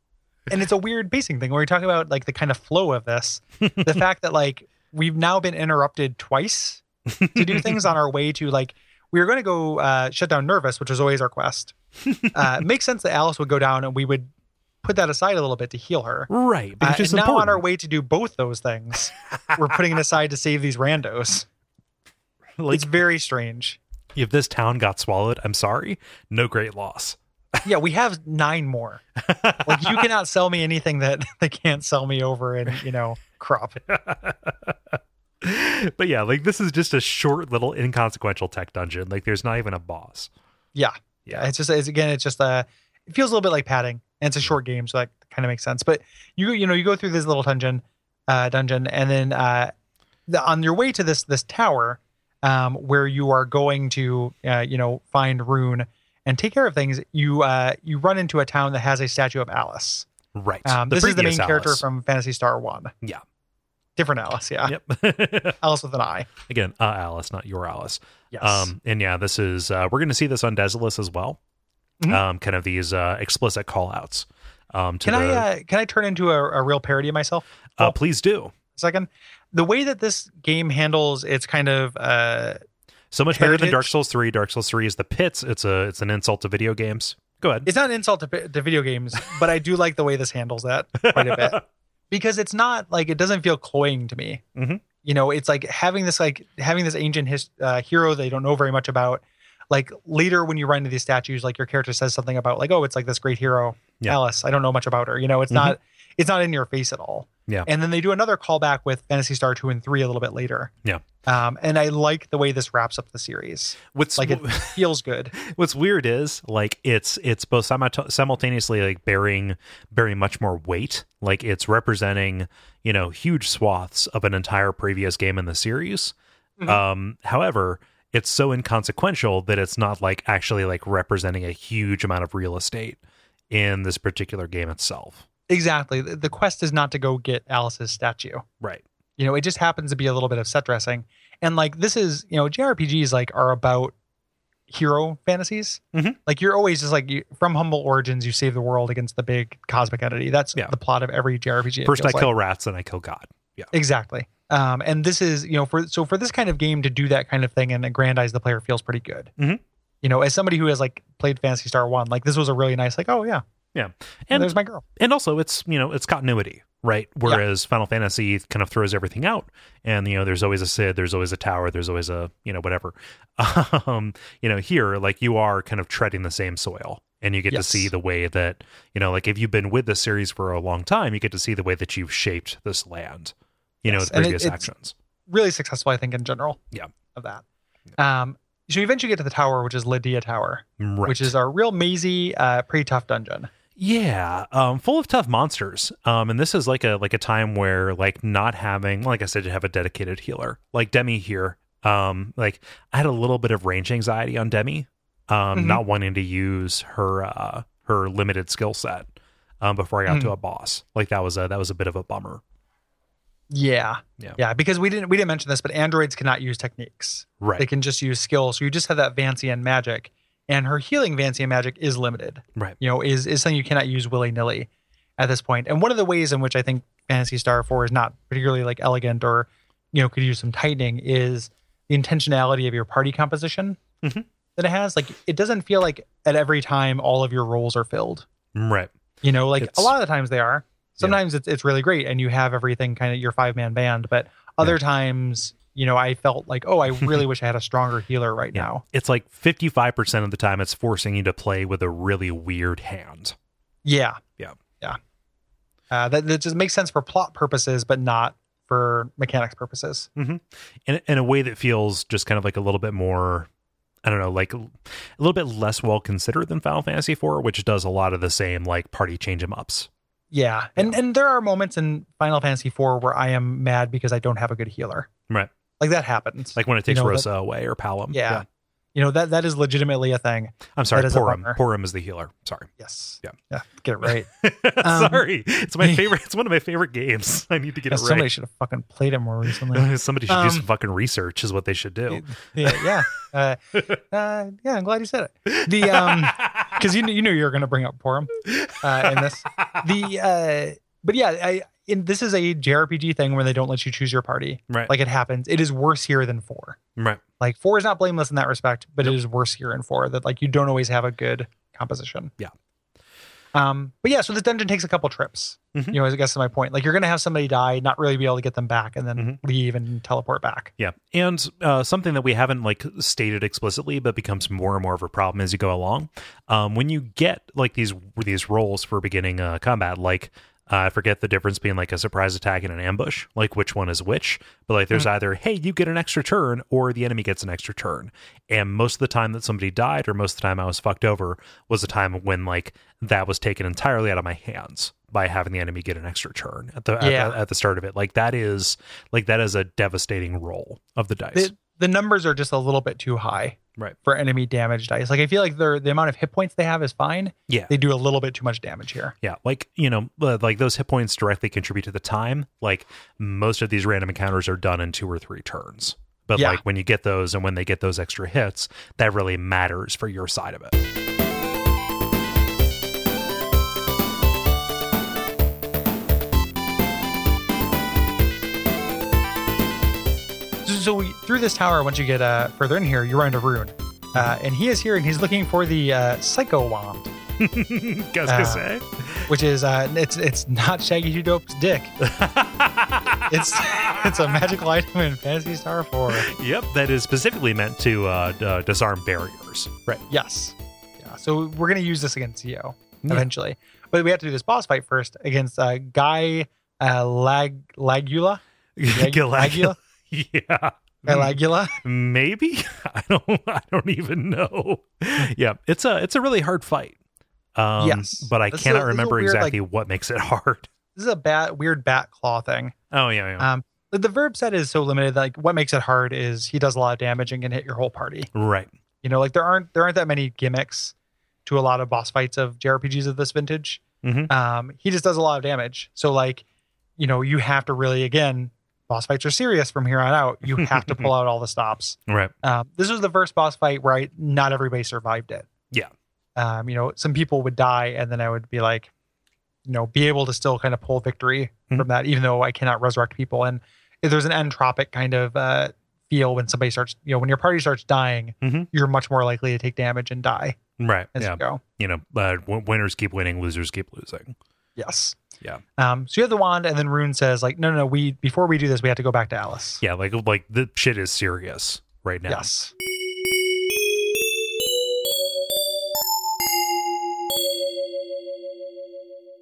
And it's a weird pacing thing where we talk about like the kind of flow of this. The fact that like we've now been interrupted twice to do things on our way to like we were going to go uh, shut down Nervous, which was always our quest. Uh, it makes sense that Alice would go down and we would put that aside a little bit to heal her. Right, Uh, because and now on our way to do both those things, we're putting it aside to save these randos. like, it's very strange. if this town got swallowed, I'm sorry, no great loss. Yeah, we have nine more. Like you cannot sell me anything that they can't sell me over in you know crop. but yeah, like this is just a short little inconsequential tech dungeon. Like there's not even a boss. Yeah, Yeah. It's just it's, again, it's just uh it feels a little bit like padding, and it's a short game, so that kind of makes sense. But you you know you go through this little dungeon, uh, dungeon, and then uh, the, on your way to this this tower, um, where you are going to uh, you know find Rune and take care of things, you uh you run into a town that has a statue of Alice. Right. Um, this is the main previous character Alice. from uh, Fantasy Star One. Yeah. different Alice. Yeah, Yep. Alice with an I. Again, uh, Alice, not your Alice. Yes. Um, and yeah, this is uh, we're going to see this on Desolus as well. Mhm. Um, kind of these uh, explicit call outs. Um, to can the, I uh, can I turn into a, a real parody of myself? uh, please do a Second, the way that this game handles its kind of uh, so much better than Heritage? Dark Souls three. Dark Souls three is the pits. It's a it's an insult to video games. Go ahead. it's not an insult to, to video games, but I do like the way this handles that quite a bit because it's not like it doesn't feel cloying to me. Mhm. You know, it's like having this like having this ancient his, uh, hero that you don't know very much about. Like later when you run into these statues, like your character says something about like, oh, it's like this great hero, Yeah. Alice. I don't know much about her. You know, it's Mhm. not it's not in your face at all. Yeah. And then they do another callback with Fantasy Star two and three a little bit later. Yeah. Um, and I like the way this wraps up the series. What's Like it feels good. what's weird is like it's it's both simu- simultaneously like bearing bearing much more weight. Like it's representing you know huge swaths of an entire previous game in the series. Mhm. Um, however, it's so inconsequential that it's not like actually like representing a huge amount of real estate in this particular game itself. Exactly. The the quest is not to go get Alice's statue. Right. You know, it just happens to be a little bit of set dressing. And like this is, you know, JRPGs like are about hero fantasies. Mhm. Like you're always just like you, from humble origins, you save the world against the big cosmic entity. That's Yeah. the plot of every JRPG. it First, I feels like. kill rats, and I kill God. exactly. Um, and this is, you know, for so for this kind of game to do that kind of thing and aggrandize the player feels pretty good. Mhm. You know, as somebody who has like played Fantasy Star One, like this was a really nice, like, oh yeah, And there's my girl. and also it's you know it's continuity right whereas final fantasy kind of throws everything out and you know there's always a sid there's always a tower there's always a you know whatever um you know here like you are kind of treading the same soil and you get Yes. to see the way that you know like if you've been with the series for a long time you get to see the way that you've shaped this land you know Yes, with and it- previous it's- actions really successful, I think, in general. Yeah. Of that. Um, so you eventually get to the tower, which is Lydia Tower, Right. which is our real mazy, uh, pretty tough dungeon. Yeah, um, full of tough monsters. Um, and this is like a like a time where like not having, like I said, to have a dedicated healer like Demi here. Um, like I had a little bit of range anxiety on Demi, um, Mhm. not wanting to use her uh her limited skill set um before I got to a boss. Like that was a that was a bit of a bummer. Yeah, Yeah. yeah. Because we didn't we didn't mention this, but androids cannot use techniques. Right, They can just use skill. So you just have that Vancian magic, and her healing Vancian magic is limited. right, You know, is is something you cannot use willy nilly at this point. And one of the ways in which I think Fantasy Star Four is not particularly like elegant or you know could use some tightening is the intentionality of your party composition Mhm. that it has. Like it doesn't feel like at every time all of your roles are filled. right. You know, like a It's- lot of the times they are. Sometimes it's it's really great and you have everything kind of your five man band, but other times, you know, I felt like, oh, I really wish I had a stronger healer right Yeah. now. It's like fifty five percent of the time it's forcing you to play with a really weird hand. Yeah. Yeah. Yeah. Uh, that, that just makes sense for plot purposes, but not for mechanics purposes. in, in a way that feels just kind of like a little bit more i don't know like a little bit less well considered than final fantasy IV, which does a lot of the same like party change 'em ups Yeah. And and there are moments in Final Fantasy IV where I am mad because I don't have a good healer. Right. Like that happens. like when it takes You know, rosa away or palom yeah. You know, that that is legitimately a thing. i'm sorry That is a porum bummer. porum is the healer sorry Yes. Yeah. Yeah. Get it right. Um, sorry it's my favorite it's one of my favorite games i need to get Yeah, it Somebody right should have fucking played it more recently. somebody should Um, do some fucking research is what they should do yeah, yeah, uh, uh, yeah. I'm glad you said it. The um, because you knew, you knew you were going to bring up Porum uh, in this. The uh, but yeah, I in, this is a JRPG thing where they don't let you choose your party. right Like it happens. It is worse here than four. right Like four is not blameless in that respect, but it is worse here in four that like you don't always have a good composition. Yeah. Um, but yeah, so this dungeon takes a couple trips. Mhm. You know, I guess is my point. Like you're gonna have somebody die, not really be able to get them back, and then Mhm. leave and teleport back. Yeah, and uh, something that we haven't like stated explicitly, but becomes more and more of a problem as you go along. Um, when you get like these these roles for beginning uh, combat, like uh, I forget the difference between like a surprise attack and an ambush, like which one is which. But like, there's either hey, you get an extra turn, or the enemy gets an extra turn. And most of the time that somebody died, or most of the time I was fucked over, was the time when like that was taken entirely out of my hands by having the enemy get an extra turn at the at the- Yeah. at the start of it. Like that is like that is a devastating roll of the dice. the, the numbers are just a little bit too high Right. for enemy damage dice like i feel like their the amount of hit points they have is fine yeah. they do a little bit too much damage here yeah. Like, you know, uh, like those hit points directly contribute to the time. Like most of these random encounters are done in two or three turns. But Yeah. like when you get those and when they get those extra hits, that really matters for your side of it. so, so we, through this tower once you get uh, further in here you run into rune uh, and he is here and he's looking for the uh, psycho wand Guess Uh, say? which is uh, it's it's not shaggy two dope's dick it's it's a magical item in fantasy star 4 Yep, that is specifically meant to uh, d- uh, disarm barriers. Right. yes yeah so we're gonna use this against Zio Yeah. eventually but we have to do this boss fight first against uh, guy uh, lag lagula Galagula. Lagula? Yeah. Galagula. maybe i don't i don't even know yeah it's a it's a really hard fight um Yes. but i This is a- cannot this is a remember weird, exactly what makes it hard This is a bat, weird bat claw thing. oh yeah, yeah. Um, the, the verb set is so limited. Like, what makes it hard is he does a lot of damage and can hit your whole party. right You know, like there aren't there aren't that many gimmicks to a lot of boss fights of JRPGs of this vintage. Mhm. Um, he just does a lot of damage. So like, you know, you have to really again, boss fights are serious from here on out. You have to pull out all the stops. right Um, this was the first boss fight where I not everybody survived it. Yeah. Um, you know, some people would die, and then I would be like, you know, be able to still kind of pull victory Mhm. from that, even though I cannot resurrect people. And if there's an entropic kind of uh, feel when somebody starts, you know, when your party starts dying, Mhm. you're much more likely to take damage and die right as yeah you go. you know uh, w- winners keep winning losers keep losing Yes. Yeah. Um, so you have the wand, and then Rune says, like, no, no, no, we before we do this, we have to go back to Alice. yeah like like the shit is serious right now Yes.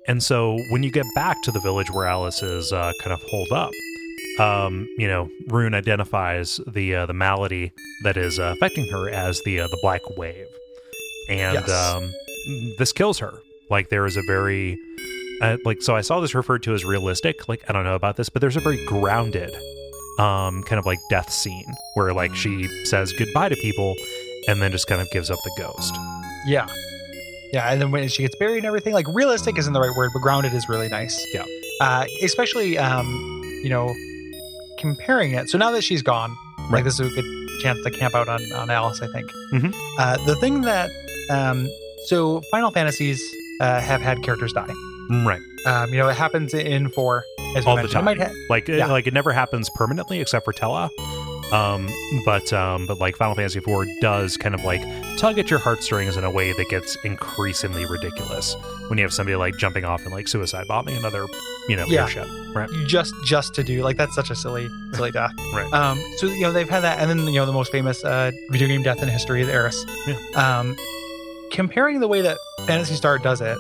And so when you get back to the village where Alice is uh, kind of holed up, um, you know, Rune identifies the uh, the malady that is uh, affecting her as the uh, the Black Wave, and Yes. um, this kills her. Like there is a very uh, like so I saw this referred to as realistic. Like I don't know about this, but there's a very grounded um, kind of like death scene where like she says goodbye to people and then just kind of gives up the ghost. Yeah. Yeah, and then when she gets buried and everything, like realistic isn't the right word, but grounded is really nice. Yeah. Uh, especially, um, you know, comparing it. So now that she's gone, Right. like this is a good chance to camp out on, on Alice, I think. Mhm. Uh, the thing that, um, so Final Fantasies uh, have had characters die. Right. Um, you know, it happens in four as we All the mentioned. time. It might ha- Like it- Yeah. like it never happens permanently except for Tella. Um, but um, but like Final Fantasy IV does kind of like tug at your heartstrings in a way that gets increasingly ridiculous when you have somebody like jumping off and like suicide bombing another, you know, Yeah. airship. just just to do like that's such a silly silly death Right. um so you know they've had that and then you know the most famous uh video game death in history is eris Yeah. um comparing the way that fantasy star does it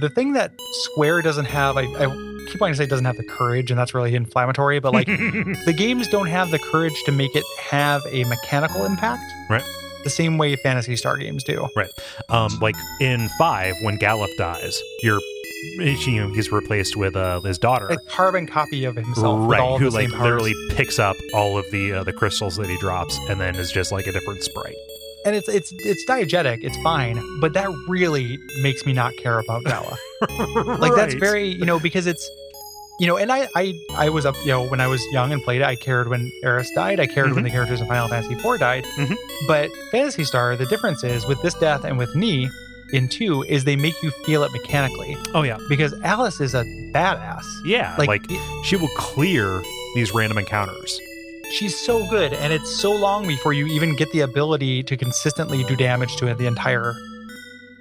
the thing that square doesn't have i, I keep wanting to say doesn't have the courage and that's really inflammatory but like the games don't have the courage to make it have a mechanical impact Right. the same way fantasy star games do um, like in five when Gallop dies, you're you know, he's replaced with uh, his daughter. a carbon copy of himself with all right, of who the like same powers. literally picks up all of the uh, the crystals that he drops, and then is just like a different sprite. and it's it's it's diegetic it's fine but that really makes me not care about Bella. like that's Right. very you know because it's you know and I, I i was up you know when i was young and played it i cared when eris died i Mm-hmm. cared when the characters in final fantasy IV died Mhm. but fantasy star the difference is with this death and with knee in two is they make you feel it mechanically oh yeah, because alice is a badass yeah. like, like she will clear these random encounters. she's so good and it's so long before you even get the ability to consistently do damage to the entire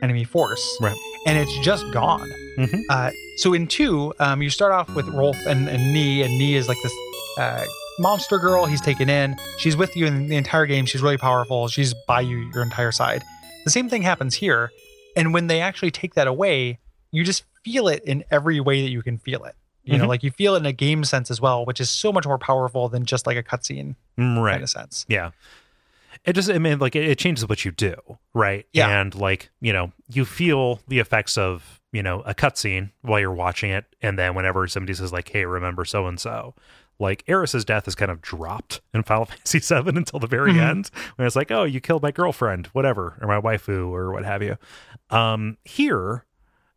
enemy force Right. and it's just gone Mhm. uh, so in two um, you start off with rolf and, and nee and nee is like this uh, monster girl he's taken in she's with you in the entire game she's really powerful she's by you your entire side the same thing happens here and when they actually take that away you just feel it in every way that you can feel it you know Mhm. like you feel it in a game sense as well which is so much more powerful than just like a cutscene Mm, Right. kind of sense. Yeah. It just, I mean, like, it, it changes what you do, right? Yeah. And, like, you know, you feel the effects of, you know, a cutscene while you're watching it. And then whenever somebody says, like, hey, remember so and so, like, Eris's death is kind of dropped in Final Fantasy VII until the very Mhm. end, when it's like, oh, you killed my girlfriend, whatever, or my waifu, or what have you. Um, here,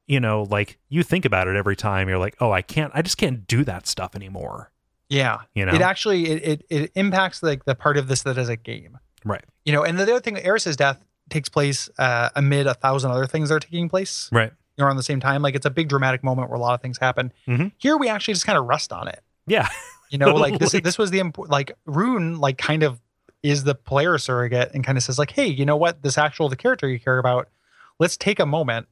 you know, like, you think about it every time. You're like, oh, I can't, I just can't do that stuff anymore, Yeah. you know? It actually it, it it impacts like the part of this that is a game. Right. You know, and the other thing, Eris's death takes place uh, amid a thousand other things that are taking place. Right. You know, around the same time. Like it's a big dramatic moment where a lot of things happen. Mhm. Here we actually just kind of rest on it. Yeah. You know, like this Like- this was the imp- like Rune like kind of is the player surrogate and kind of says like, hey, you know what? This actual the character you care about. Let's take a moment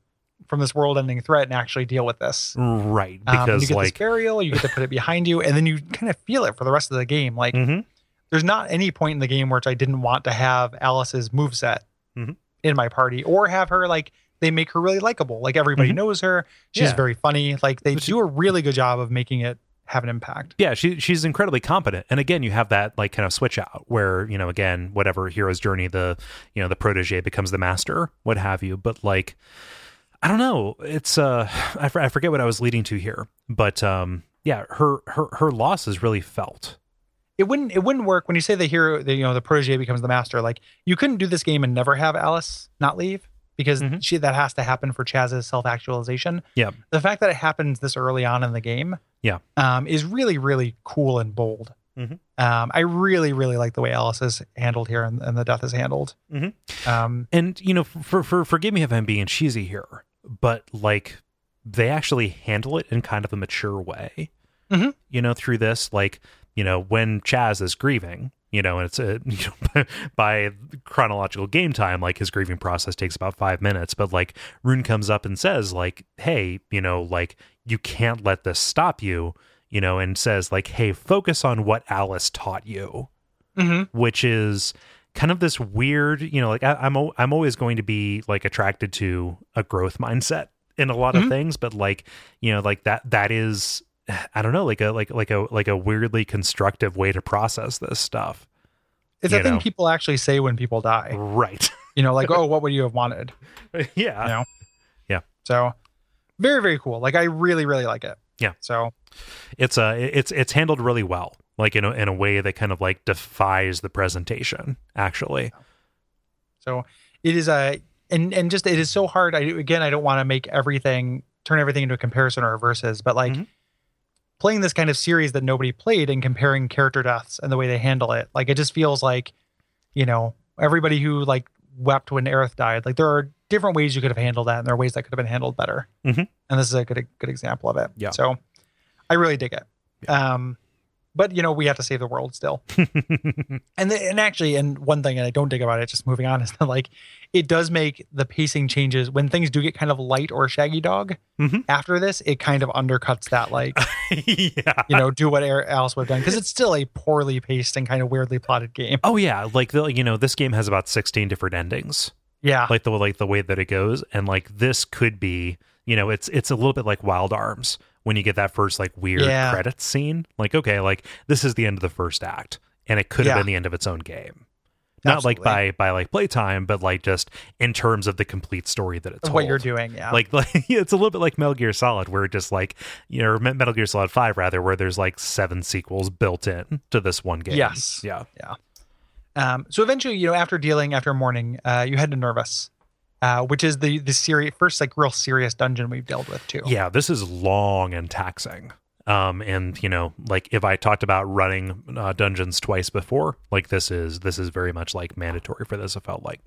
from this world-ending threat and actually deal with this. right. Um, Because, you get like, this burial, you get to put it behind you, and then you kind of feel it for the rest of the game. Like mhm. there's not any point in the game where I didn't want to have Alice's moveset Mhm. in my party or have her like they make her really likable. Like everybody Mhm. knows her. She's Yeah. very funny. Like they But she- do a really good job of making it have an impact. yeah she she's incredibly competent and again you have that like kind of switch out where you know again whatever hero's journey the you know the protege becomes the master what have you but like i don't know it's uh i, for- I forget what i was leading to here but um yeah her her her loss is really felt It wouldn't it wouldn't work when you say the hero the, you know the protege becomes the master. Like you couldn't do this game and never have Alice not leave because Mhm. she that has to happen for Chaz's self actualization. Yeah. the fact that it happens this early on in the game. Yeah. um, is really really cool and bold. Mhm. Um, I really really like the way Alice is handled here and, and the death is handled. Mhm. Um, and you know for for forgive me if i'm being cheesy here but like they actually handle it in kind of a mature way Mhm. you know through this like you know when chaz is grieving you know and it's a you know by chronological game time like his grieving process takes about five minutes but like rune comes up and says like hey you know like you can't let this stop you you know and says like hey focus on what alice taught you mhm. which is kind of this weird, you know, like I, I'm al- I'm always going to be like attracted to a growth mindset in a lot Mhm. Mm-hmm. of things, but like you know, like that that is I don't know, like a like like a like a weirdly constructive way to process this stuff. It's a You thing know. people actually say when people die. Right. You know, like, oh, what would you have wanted? yeah. No. Yeah. So very, very cool. Like I really, really like it. Yeah. So It's uh it's it's handled really well. Like in a in a way that kind of like defies the presentation, actually. so it is a and and just it is so hard. I again I don't want to make everything turn everything into a comparison or a versus, but like Mhm. playing this kind of series that nobody played and comparing character deaths and the way they handle it, like it just feels like, you know, everybody who like wept when Aerith died, like there are different ways you could have handled that and there are ways that could have been handled better. Mhm. And this is a good good example of it. Yeah. So I really dig it. Um but you know, we have to save the world still. And the, and actually, and one thing that I don't dig about it, just moving on, is that like it does make the pacing changes when things do get kind of light or shaggy dog. Mhm. After this, it kind of undercuts that like yeah. you know do what Eric- Alice would have done because it's still a poorly paced and kind of weirdly plotted game. Oh yeah, like the you know, this game has about 16 different endings. Yeah, like the like the way that it goes and like this could be you know it's it's a little bit like wild arms when you get that first like weird Yeah. credits scene like okay like this is the end of the first act and it could have Yeah. been the end of its own game not like by Absolutely. by like playtime but like just in terms of the complete story that it's Of what you're doing. Yeah, like, like yeah, it's a little bit like Metal Gear Solid, where it just like you know, or Me- Metal Gear Solid Five rather, where there's like seven sequels built in to this one game. Yes. yeah, Um, so eventually, you know, after dealing after morning, uh, you head to Nervous, uh, which is the the seri- first like real serious dungeon we've dealt with too. Yeah, this is long and taxing. Um, and you know, like if I talked about running uh, dungeons twice before, like this is this is very much like mandatory for this. It felt like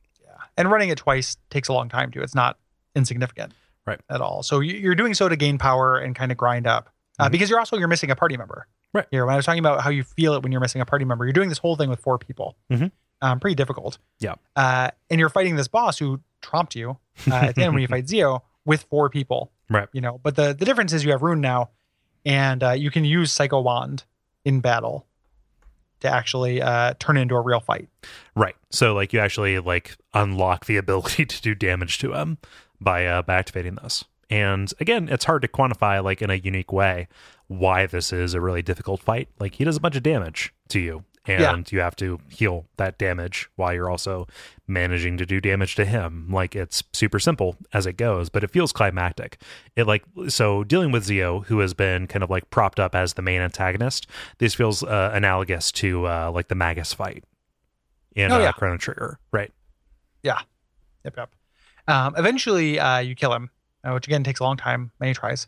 and running it twice takes a long time too. It's not insignificant, Right. At all. So you- you're doing so to gain power and kind of grind up, uh, Mhm. because you're also you're missing a party member, Right. Here, when I was talking about how you feel it when you're missing a party member, you're doing this whole thing with four people, Mhm. um, pretty difficult. Yeah. uh, and you're fighting this boss who tromped you uh, at the end when you fight Zio with four people, Right. You know, but the the difference is you have Rune now, and uh, you can use Psycho Wand in battle to actually uh, turn into a real fight. right. So like you actually like unlock the ability to do damage to him by uh, by activating this. And again, it's hard to quantify like in a unique way why this is a really difficult fight. Like he does a bunch of damage to you, and Yeah. you have to heal that damage while you're also managing to do damage to him. Like it's super simple as it goes, but it feels climactic. It like so dealing with Zio, who has been kind of like propped up as the main antagonist. This feels uh, analogous to uh, like the Magus fight in Oh, uh, yeah. Chrono Trigger, right? Yep, yep. Um, eventually, uh, you kill him, uh, which again takes a long time, many tries,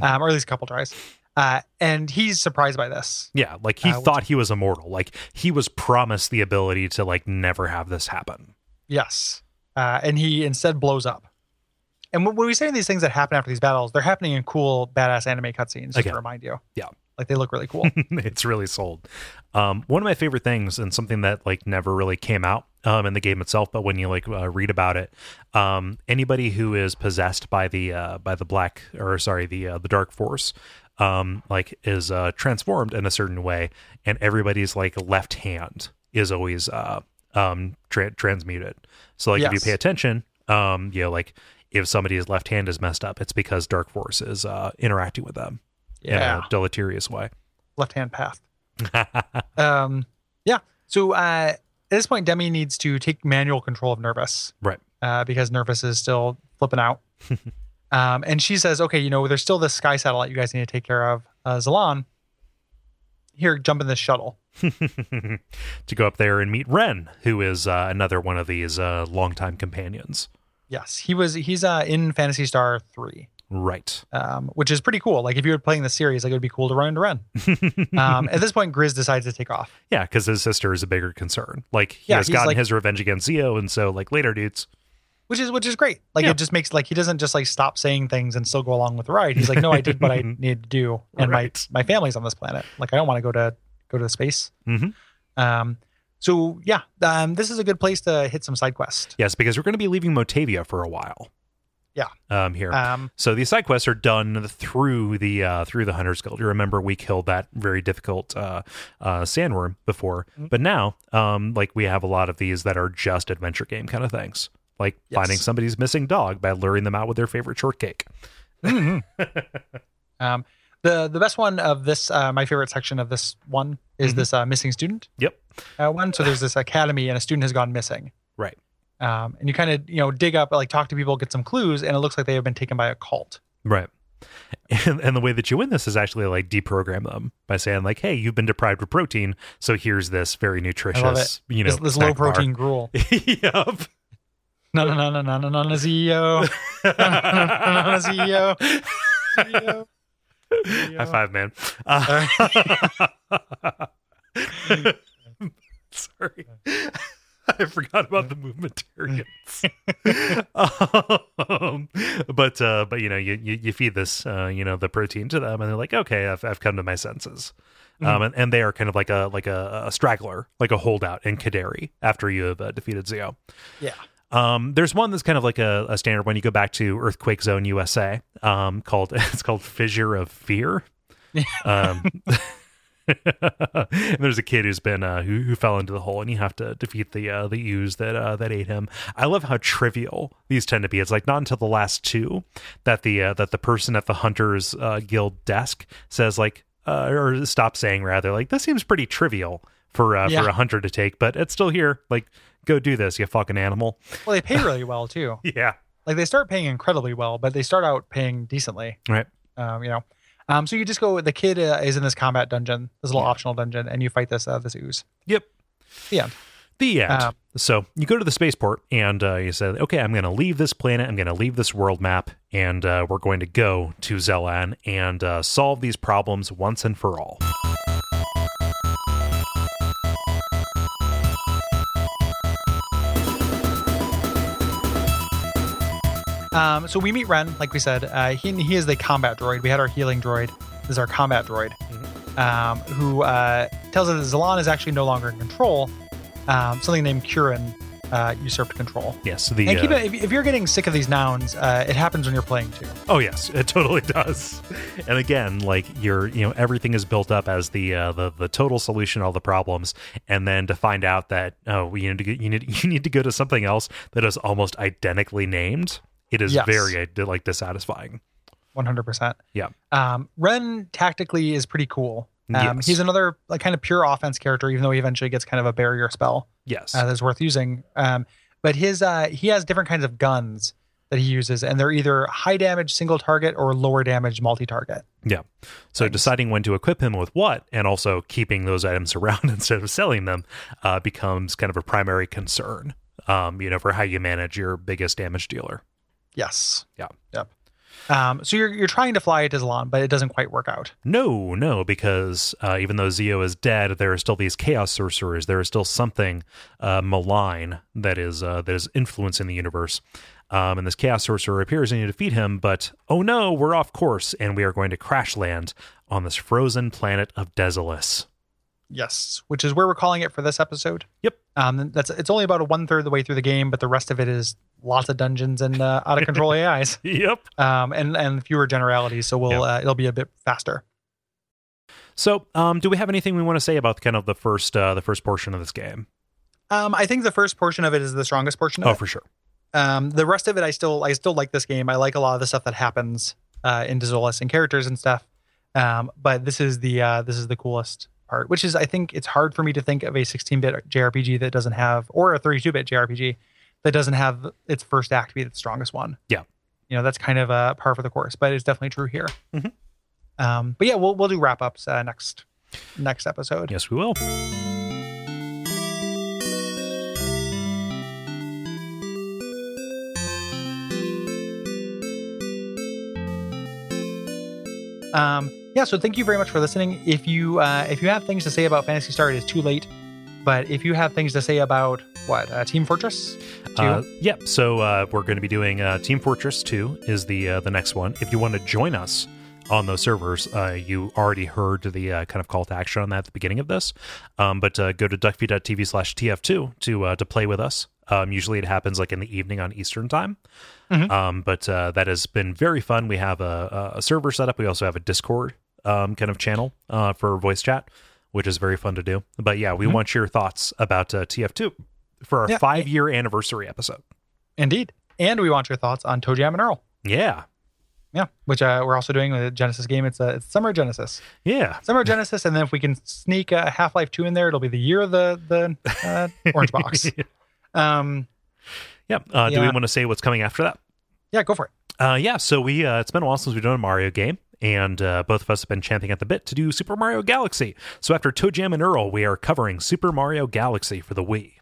um, or at least a couple tries. Uh, and he's surprised by this. Yeah, like he Uh, which- thought he was immortal. Like he was promised the ability to like never have this happen. Yes. Uh, and he instead blows up. And when, when we say these things that happen after these battles, they're happening in cool, badass anime cutscenes, just Again. to remind you. Yeah. Like they look really cool. it's really sold. Um, one of my favorite things, and something that like never really came out um, in the game itself, but when you like uh, read about it, um, anybody who is possessed by the uh, by the black or sorry the uh, the dark force, um, like is uh, transformed in a certain way, and everybody's like left hand is always uh, um, tra- transmuted. So like if you Yes. pay attention, um, you know like if somebody's left hand is messed up, it's because dark force is uh, interacting with them in yeah. a deleterious way. Left hand path. Um, yeah. So uh, at this point, Demi needs to take manual control of Nervous. Right. Uh, because Nervous is still flipping out. um, and she says, okay, you know, there's still this sky satellite you guys need to take care of, uh, Zalan. Here, jump in this shuttle. to go up there and meet Ren, who is uh, another one of these uh, longtime companions. Yes, he was. He's uh, in Fantasy Star Three, Right. um, which is pretty cool. Like if you were playing the series, like it would be cool to run into Ren. um, at this point, Grizz decides to take off. Yeah, because his sister is a bigger concern. Like he Yeah, has he's gotten like- his revenge against Zio, and so like later, dudes. which is which is great. Like Yeah. it just makes like he doesn't just like stop saying things and still go along with the ride. He's like, no, I did what I needed to do, and Right. my my family's on this planet. Like I don't want to go to go to space. Mhm. Um, so yeah, um, this is a good place to hit some side quest. Yes, because we're going to be leaving Motavia for a while. Yeah. Um. Here. Um, so these side quests are done through the uh, through the Hunter's Guild. You remember we killed that very difficult uh, uh, sandworm before, Mhm. but now um, like we have a lot of these that are just adventure game kind of things, like Yes. finding Mm-hmm. somebody's missing dog by luring them out with their favorite shortcake. um, the the best one of this uh, my favorite section of this one is Mhm. this uh, missing student Yep. uh, one so there's this academy and a student has gone missing Right. um, and you kind of you know dig up like talk to people get some clues and it looks like they have been taken by a cult Right. And, and the way that you win this is actually like deprogram them by saying like, "Hey, you've been deprived of protein, so here's this very nutritious, you know, this, this low snack bar." protein gruel yep. no no no no no no no no zeo zeo zeo High five, man. All Uh, sorry. I forgot about the movementarians. um, but uh, but you know you, you you feed this uh, you know the protein to them and they're like okay I've I've come to my senses. Um, and, and they are kind of like a like a, a straggler, like a holdout in Kaderi after you have uh, defeated Zeo. yeah Um, there's one that's kind of like a, a standard when you go back to Earthquake Zone USA, um, called it's called Fissure of Fear. um, and there's a kid who's been uh, who, who fell into the hole, and you have to defeat the uh, the ooze that uh, that ate him. I love how trivial these tend to be. It's like not until the last two that the uh, that the person at the hunters uh, guild desk says like uh, or stop saying rather like this seems pretty trivial for uh, Yeah. for a hunter to take, but it's still here. Like go do this, you fucking animal. well they pay really well too Yeah. like they start paying incredibly well, but they start out paying decently. Right. Um, you know, um, so you just go. The kid uh, is in this combat dungeon, this little optional dungeon, and you fight this uh, this ooze. Yep. The end. The end. Um, so you go to the spaceport and uh, you say, okay, I'm going to leave this planet. I'm going to leave this world map. And uh, we're going to go to Zelan and uh, solve these problems once and for all. Um, so we meet Ren, like we said. Uh, he he is the combat droid. We had our healing droid. This is our combat droid, Mm-hmm. um, who uh, tells us that Zalan is actually no longer in control. Um, something named Kurin uh, usurped control. Yes. The, And keep uh, it, if, if you're getting sick of these nouns, uh, it happens when you're playing too. Oh yes, it totally does. And again, like you're, you know, everything is built up as the uh, the the total solution to all the problems, and then to find out that oh, you need to go, you need you need to go to something else that is almost identically named. It is Yes. very uh, like dissatisfying. One hundred percent. Yeah. Um, Ren tactically is pretty cool. Um, Yes. He's another like kind of pure offense character, even though he eventually gets kind of a barrier spell Yes. uh, that's worth using. Um, but his uh, he has different kinds of guns that he uses, and they're either high damage single target or lower damage multi target. Yeah. So Thanks. deciding when to equip him with what and also keeping those items around instead of selling them uh, becomes kind of a primary concern, um, you know, for how you manage your biggest damage dealer. Yes. Yeah. Yep. Um, so you're you're trying to fly it to Zalon, but it doesn't quite work out. No, no, because uh, even though Zeo is dead, there are still these chaos sorcerers. There is still something uh, malign that is uh, that is influencing the universe. Um, and this chaos sorcerer appears and you defeat him, but oh no, we're off course and we are going to crash land on this frozen planet of Desolus. Yes. Which is where we're calling it for this episode. Yep. Um, that's it's only about a one third of the way through the game, but the rest of it is lots of dungeons and uh, out of control AIs. Yep. um, and and fewer generalities, so we'll Yeah. uh, it'll be a bit faster. So, um, do we have anything we want to say about kind of the first uh, the first portion of this game? Um, I think the first portion of it is the strongest portion. Oh, Of for sure. it. Um, the rest of it, I still I still like this game. I like a lot of the stuff that happens uh, in Dizolus and characters and stuff. Um, but this is the uh, this is the coolest part, which is I think it's hard for me to think of a 16-bit JRPG that doesn't have or a 32-bit JRPG that doesn't have its first act be the strongest one. Yeah. you know that's kind of uh, par for the course, but it's definitely true here. Mhm. Um, but yeah, we'll we'll do wrap ups uh, next next episode. Yes, we will. um, yeah so thank you very much for listening if you uh, if you have things to say about fantasy star it is too late but if you have things to say about what uh, team fortress Two? Uh, yep. So uh, we're going to be doing uh, Team Fortress Two is the uh, the next one. If you want to join us on those servers, uh, you already heard the uh, kind of call to action on that at the beginning of this. Um, but uh, go to duckfeed.tv slash tf2 to uh, to play with us. Um, usually it happens like in the evening on Eastern time. Mhm. Um, but uh, that has been very fun. We have a, a- a server set up. We also have a Discord um, kind of channel uh, for voice chat, which is very fun to do. But yeah, we Mhm. want your thoughts about uh, TF2 for our Yeah. five year anniversary episode. indeed and we want your thoughts on toe jam and earl Yeah. Yeah, which uh, we're also doing with a Genesis game. It's a it's Summer of Genesis, Yeah. Summer of Genesis, and then if we can sneak uh, Half Life Two in there, it'll be the year of the the uh, Orange Box. Um, Yep. Uh, Do we Yeah. want to say what's coming after that? yeah, go for it. Uh, yeah, so we uh, it's been a while since we've done a Mario game, and uh, both of us have been champing at the bit to do Super Mario Galaxy. So after Toe Jam and Earl, we are covering Super Mario Galaxy for the Wii.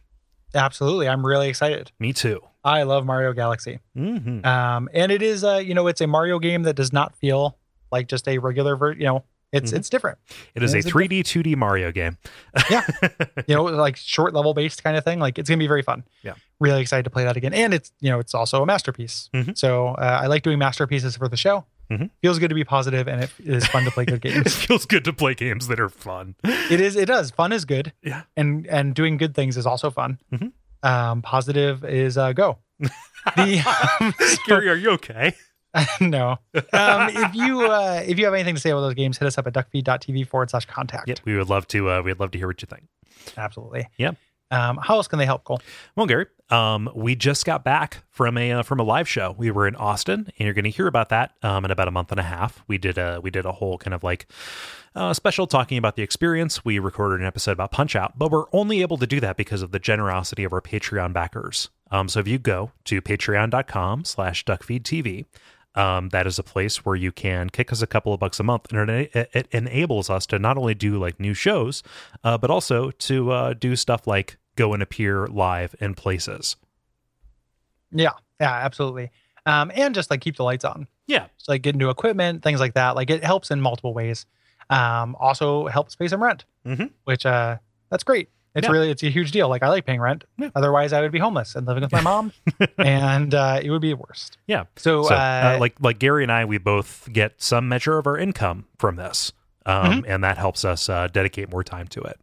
Absolutely, I'm really excited. Me too. I love Mario Galaxy. hmm Um, and it is uh, you know, it's a Mario game that does not feel like just a regular ver- you know, it's Mhm. it's different. It is Is a it diff- 3D 2D Mario game. You know, like short level based kind of thing. Like it's gonna be very fun. Yeah. Really excited to play that again. And it's you know, it's also a masterpiece. Mhm. So uh, I like doing masterpieces for the show. Mhm. Feels good to be positive and it is fun to play good It games. feels good to play games that are fun. It is it does. Fun is good. Yeah. And and doing good things is also fun. Mhm. Um positive is uh go. The um, Gary, are you okay? no. Um, if you uh, if you have anything to say about those games, hit us up at duckfeed.tv forward slash contact. Yep, we would love to. Uh, we'd love to hear what you think. Absolutely. Yep. Um, how else can they help, Cole? Well, Gary, um, we just got back from a uh, from a live show. We were in Austin, and you're going to hear about that um, in about a month and a half. We did a we did a whole kind of like uh, special talking about the experience. We recorded an episode about Punch Out, but we're only able to do that because of the generosity of our Patreon backers. Um, so if you go to patreon.com/slash duckfeedtv. Um, that is a place where you can kick us a couple of bucks a month, and it, it, it enables us to not only do like new shows, uh, but also to uh, do stuff like go and appear live in places. Yeah. Yeah, absolutely. Um, and just like keep the lights on. Yeah. So like get new equipment, things like that. Like it helps in multiple ways. Um, also helps pay some rent, Mhm. which uh, that's great. It's Yeah. really it's a huge deal. Like I like paying rent. Yeah. Otherwise, I would be homeless and living with my mom, and uh, it would be the worst. Yeah. So, So, uh, uh, like like Gary and I, we both get some measure of our income from this, um, and that helps us uh, dedicate more time to it.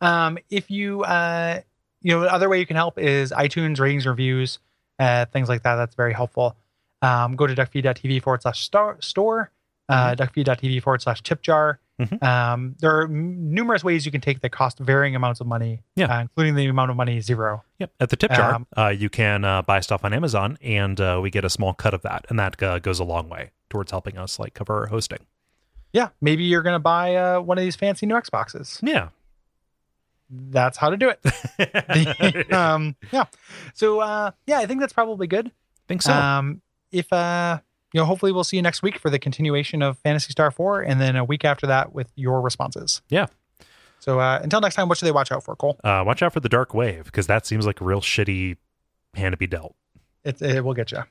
Um, if you, uh, you know, the other way you can help is iTunes ratings, reviews, uh, things like that. That's very helpful. Um, go to duckfeed.tv forward slash star- store, uh, duckfeed.tv forward slash tip jar. Mhm. Um, there are m- numerous ways you can take that cost varying amounts of money, Yeah. uh, including the amount of money zero. Yep. At the tip jar, Um, uh, you can uh, buy stuff on Amazon, and uh, we get a small cut of that, and that uh, goes a long way towards helping us like cover our hosting. Yeah, maybe you're going to buy uh, one of these fancy new Xboxes. Yeah. That's how to do it. um, yeah. So, uh, yeah, I think that's probably good. think so. Um, if uh, you know, hopefully we'll see you next week for the continuation of Fantasy Star Four, and then a week after that with your responses. Yeah. So uh, until next time, what should they watch out for, Cole? uh, watch out for the dark wave because that seems like a real shitty hand to be dealt. It, it will get you.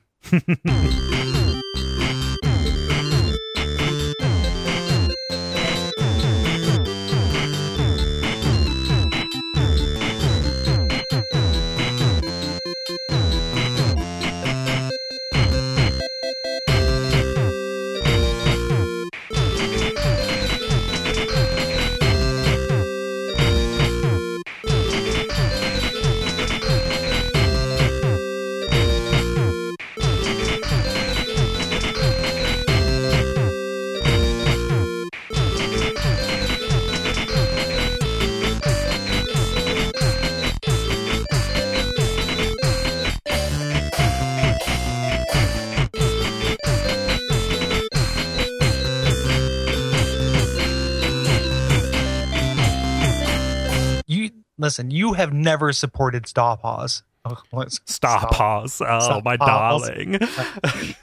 You listen. You have never supported Staw Paws. Oh, let's- Stop, Stop. pause. Oh, Stop, my pause. darling.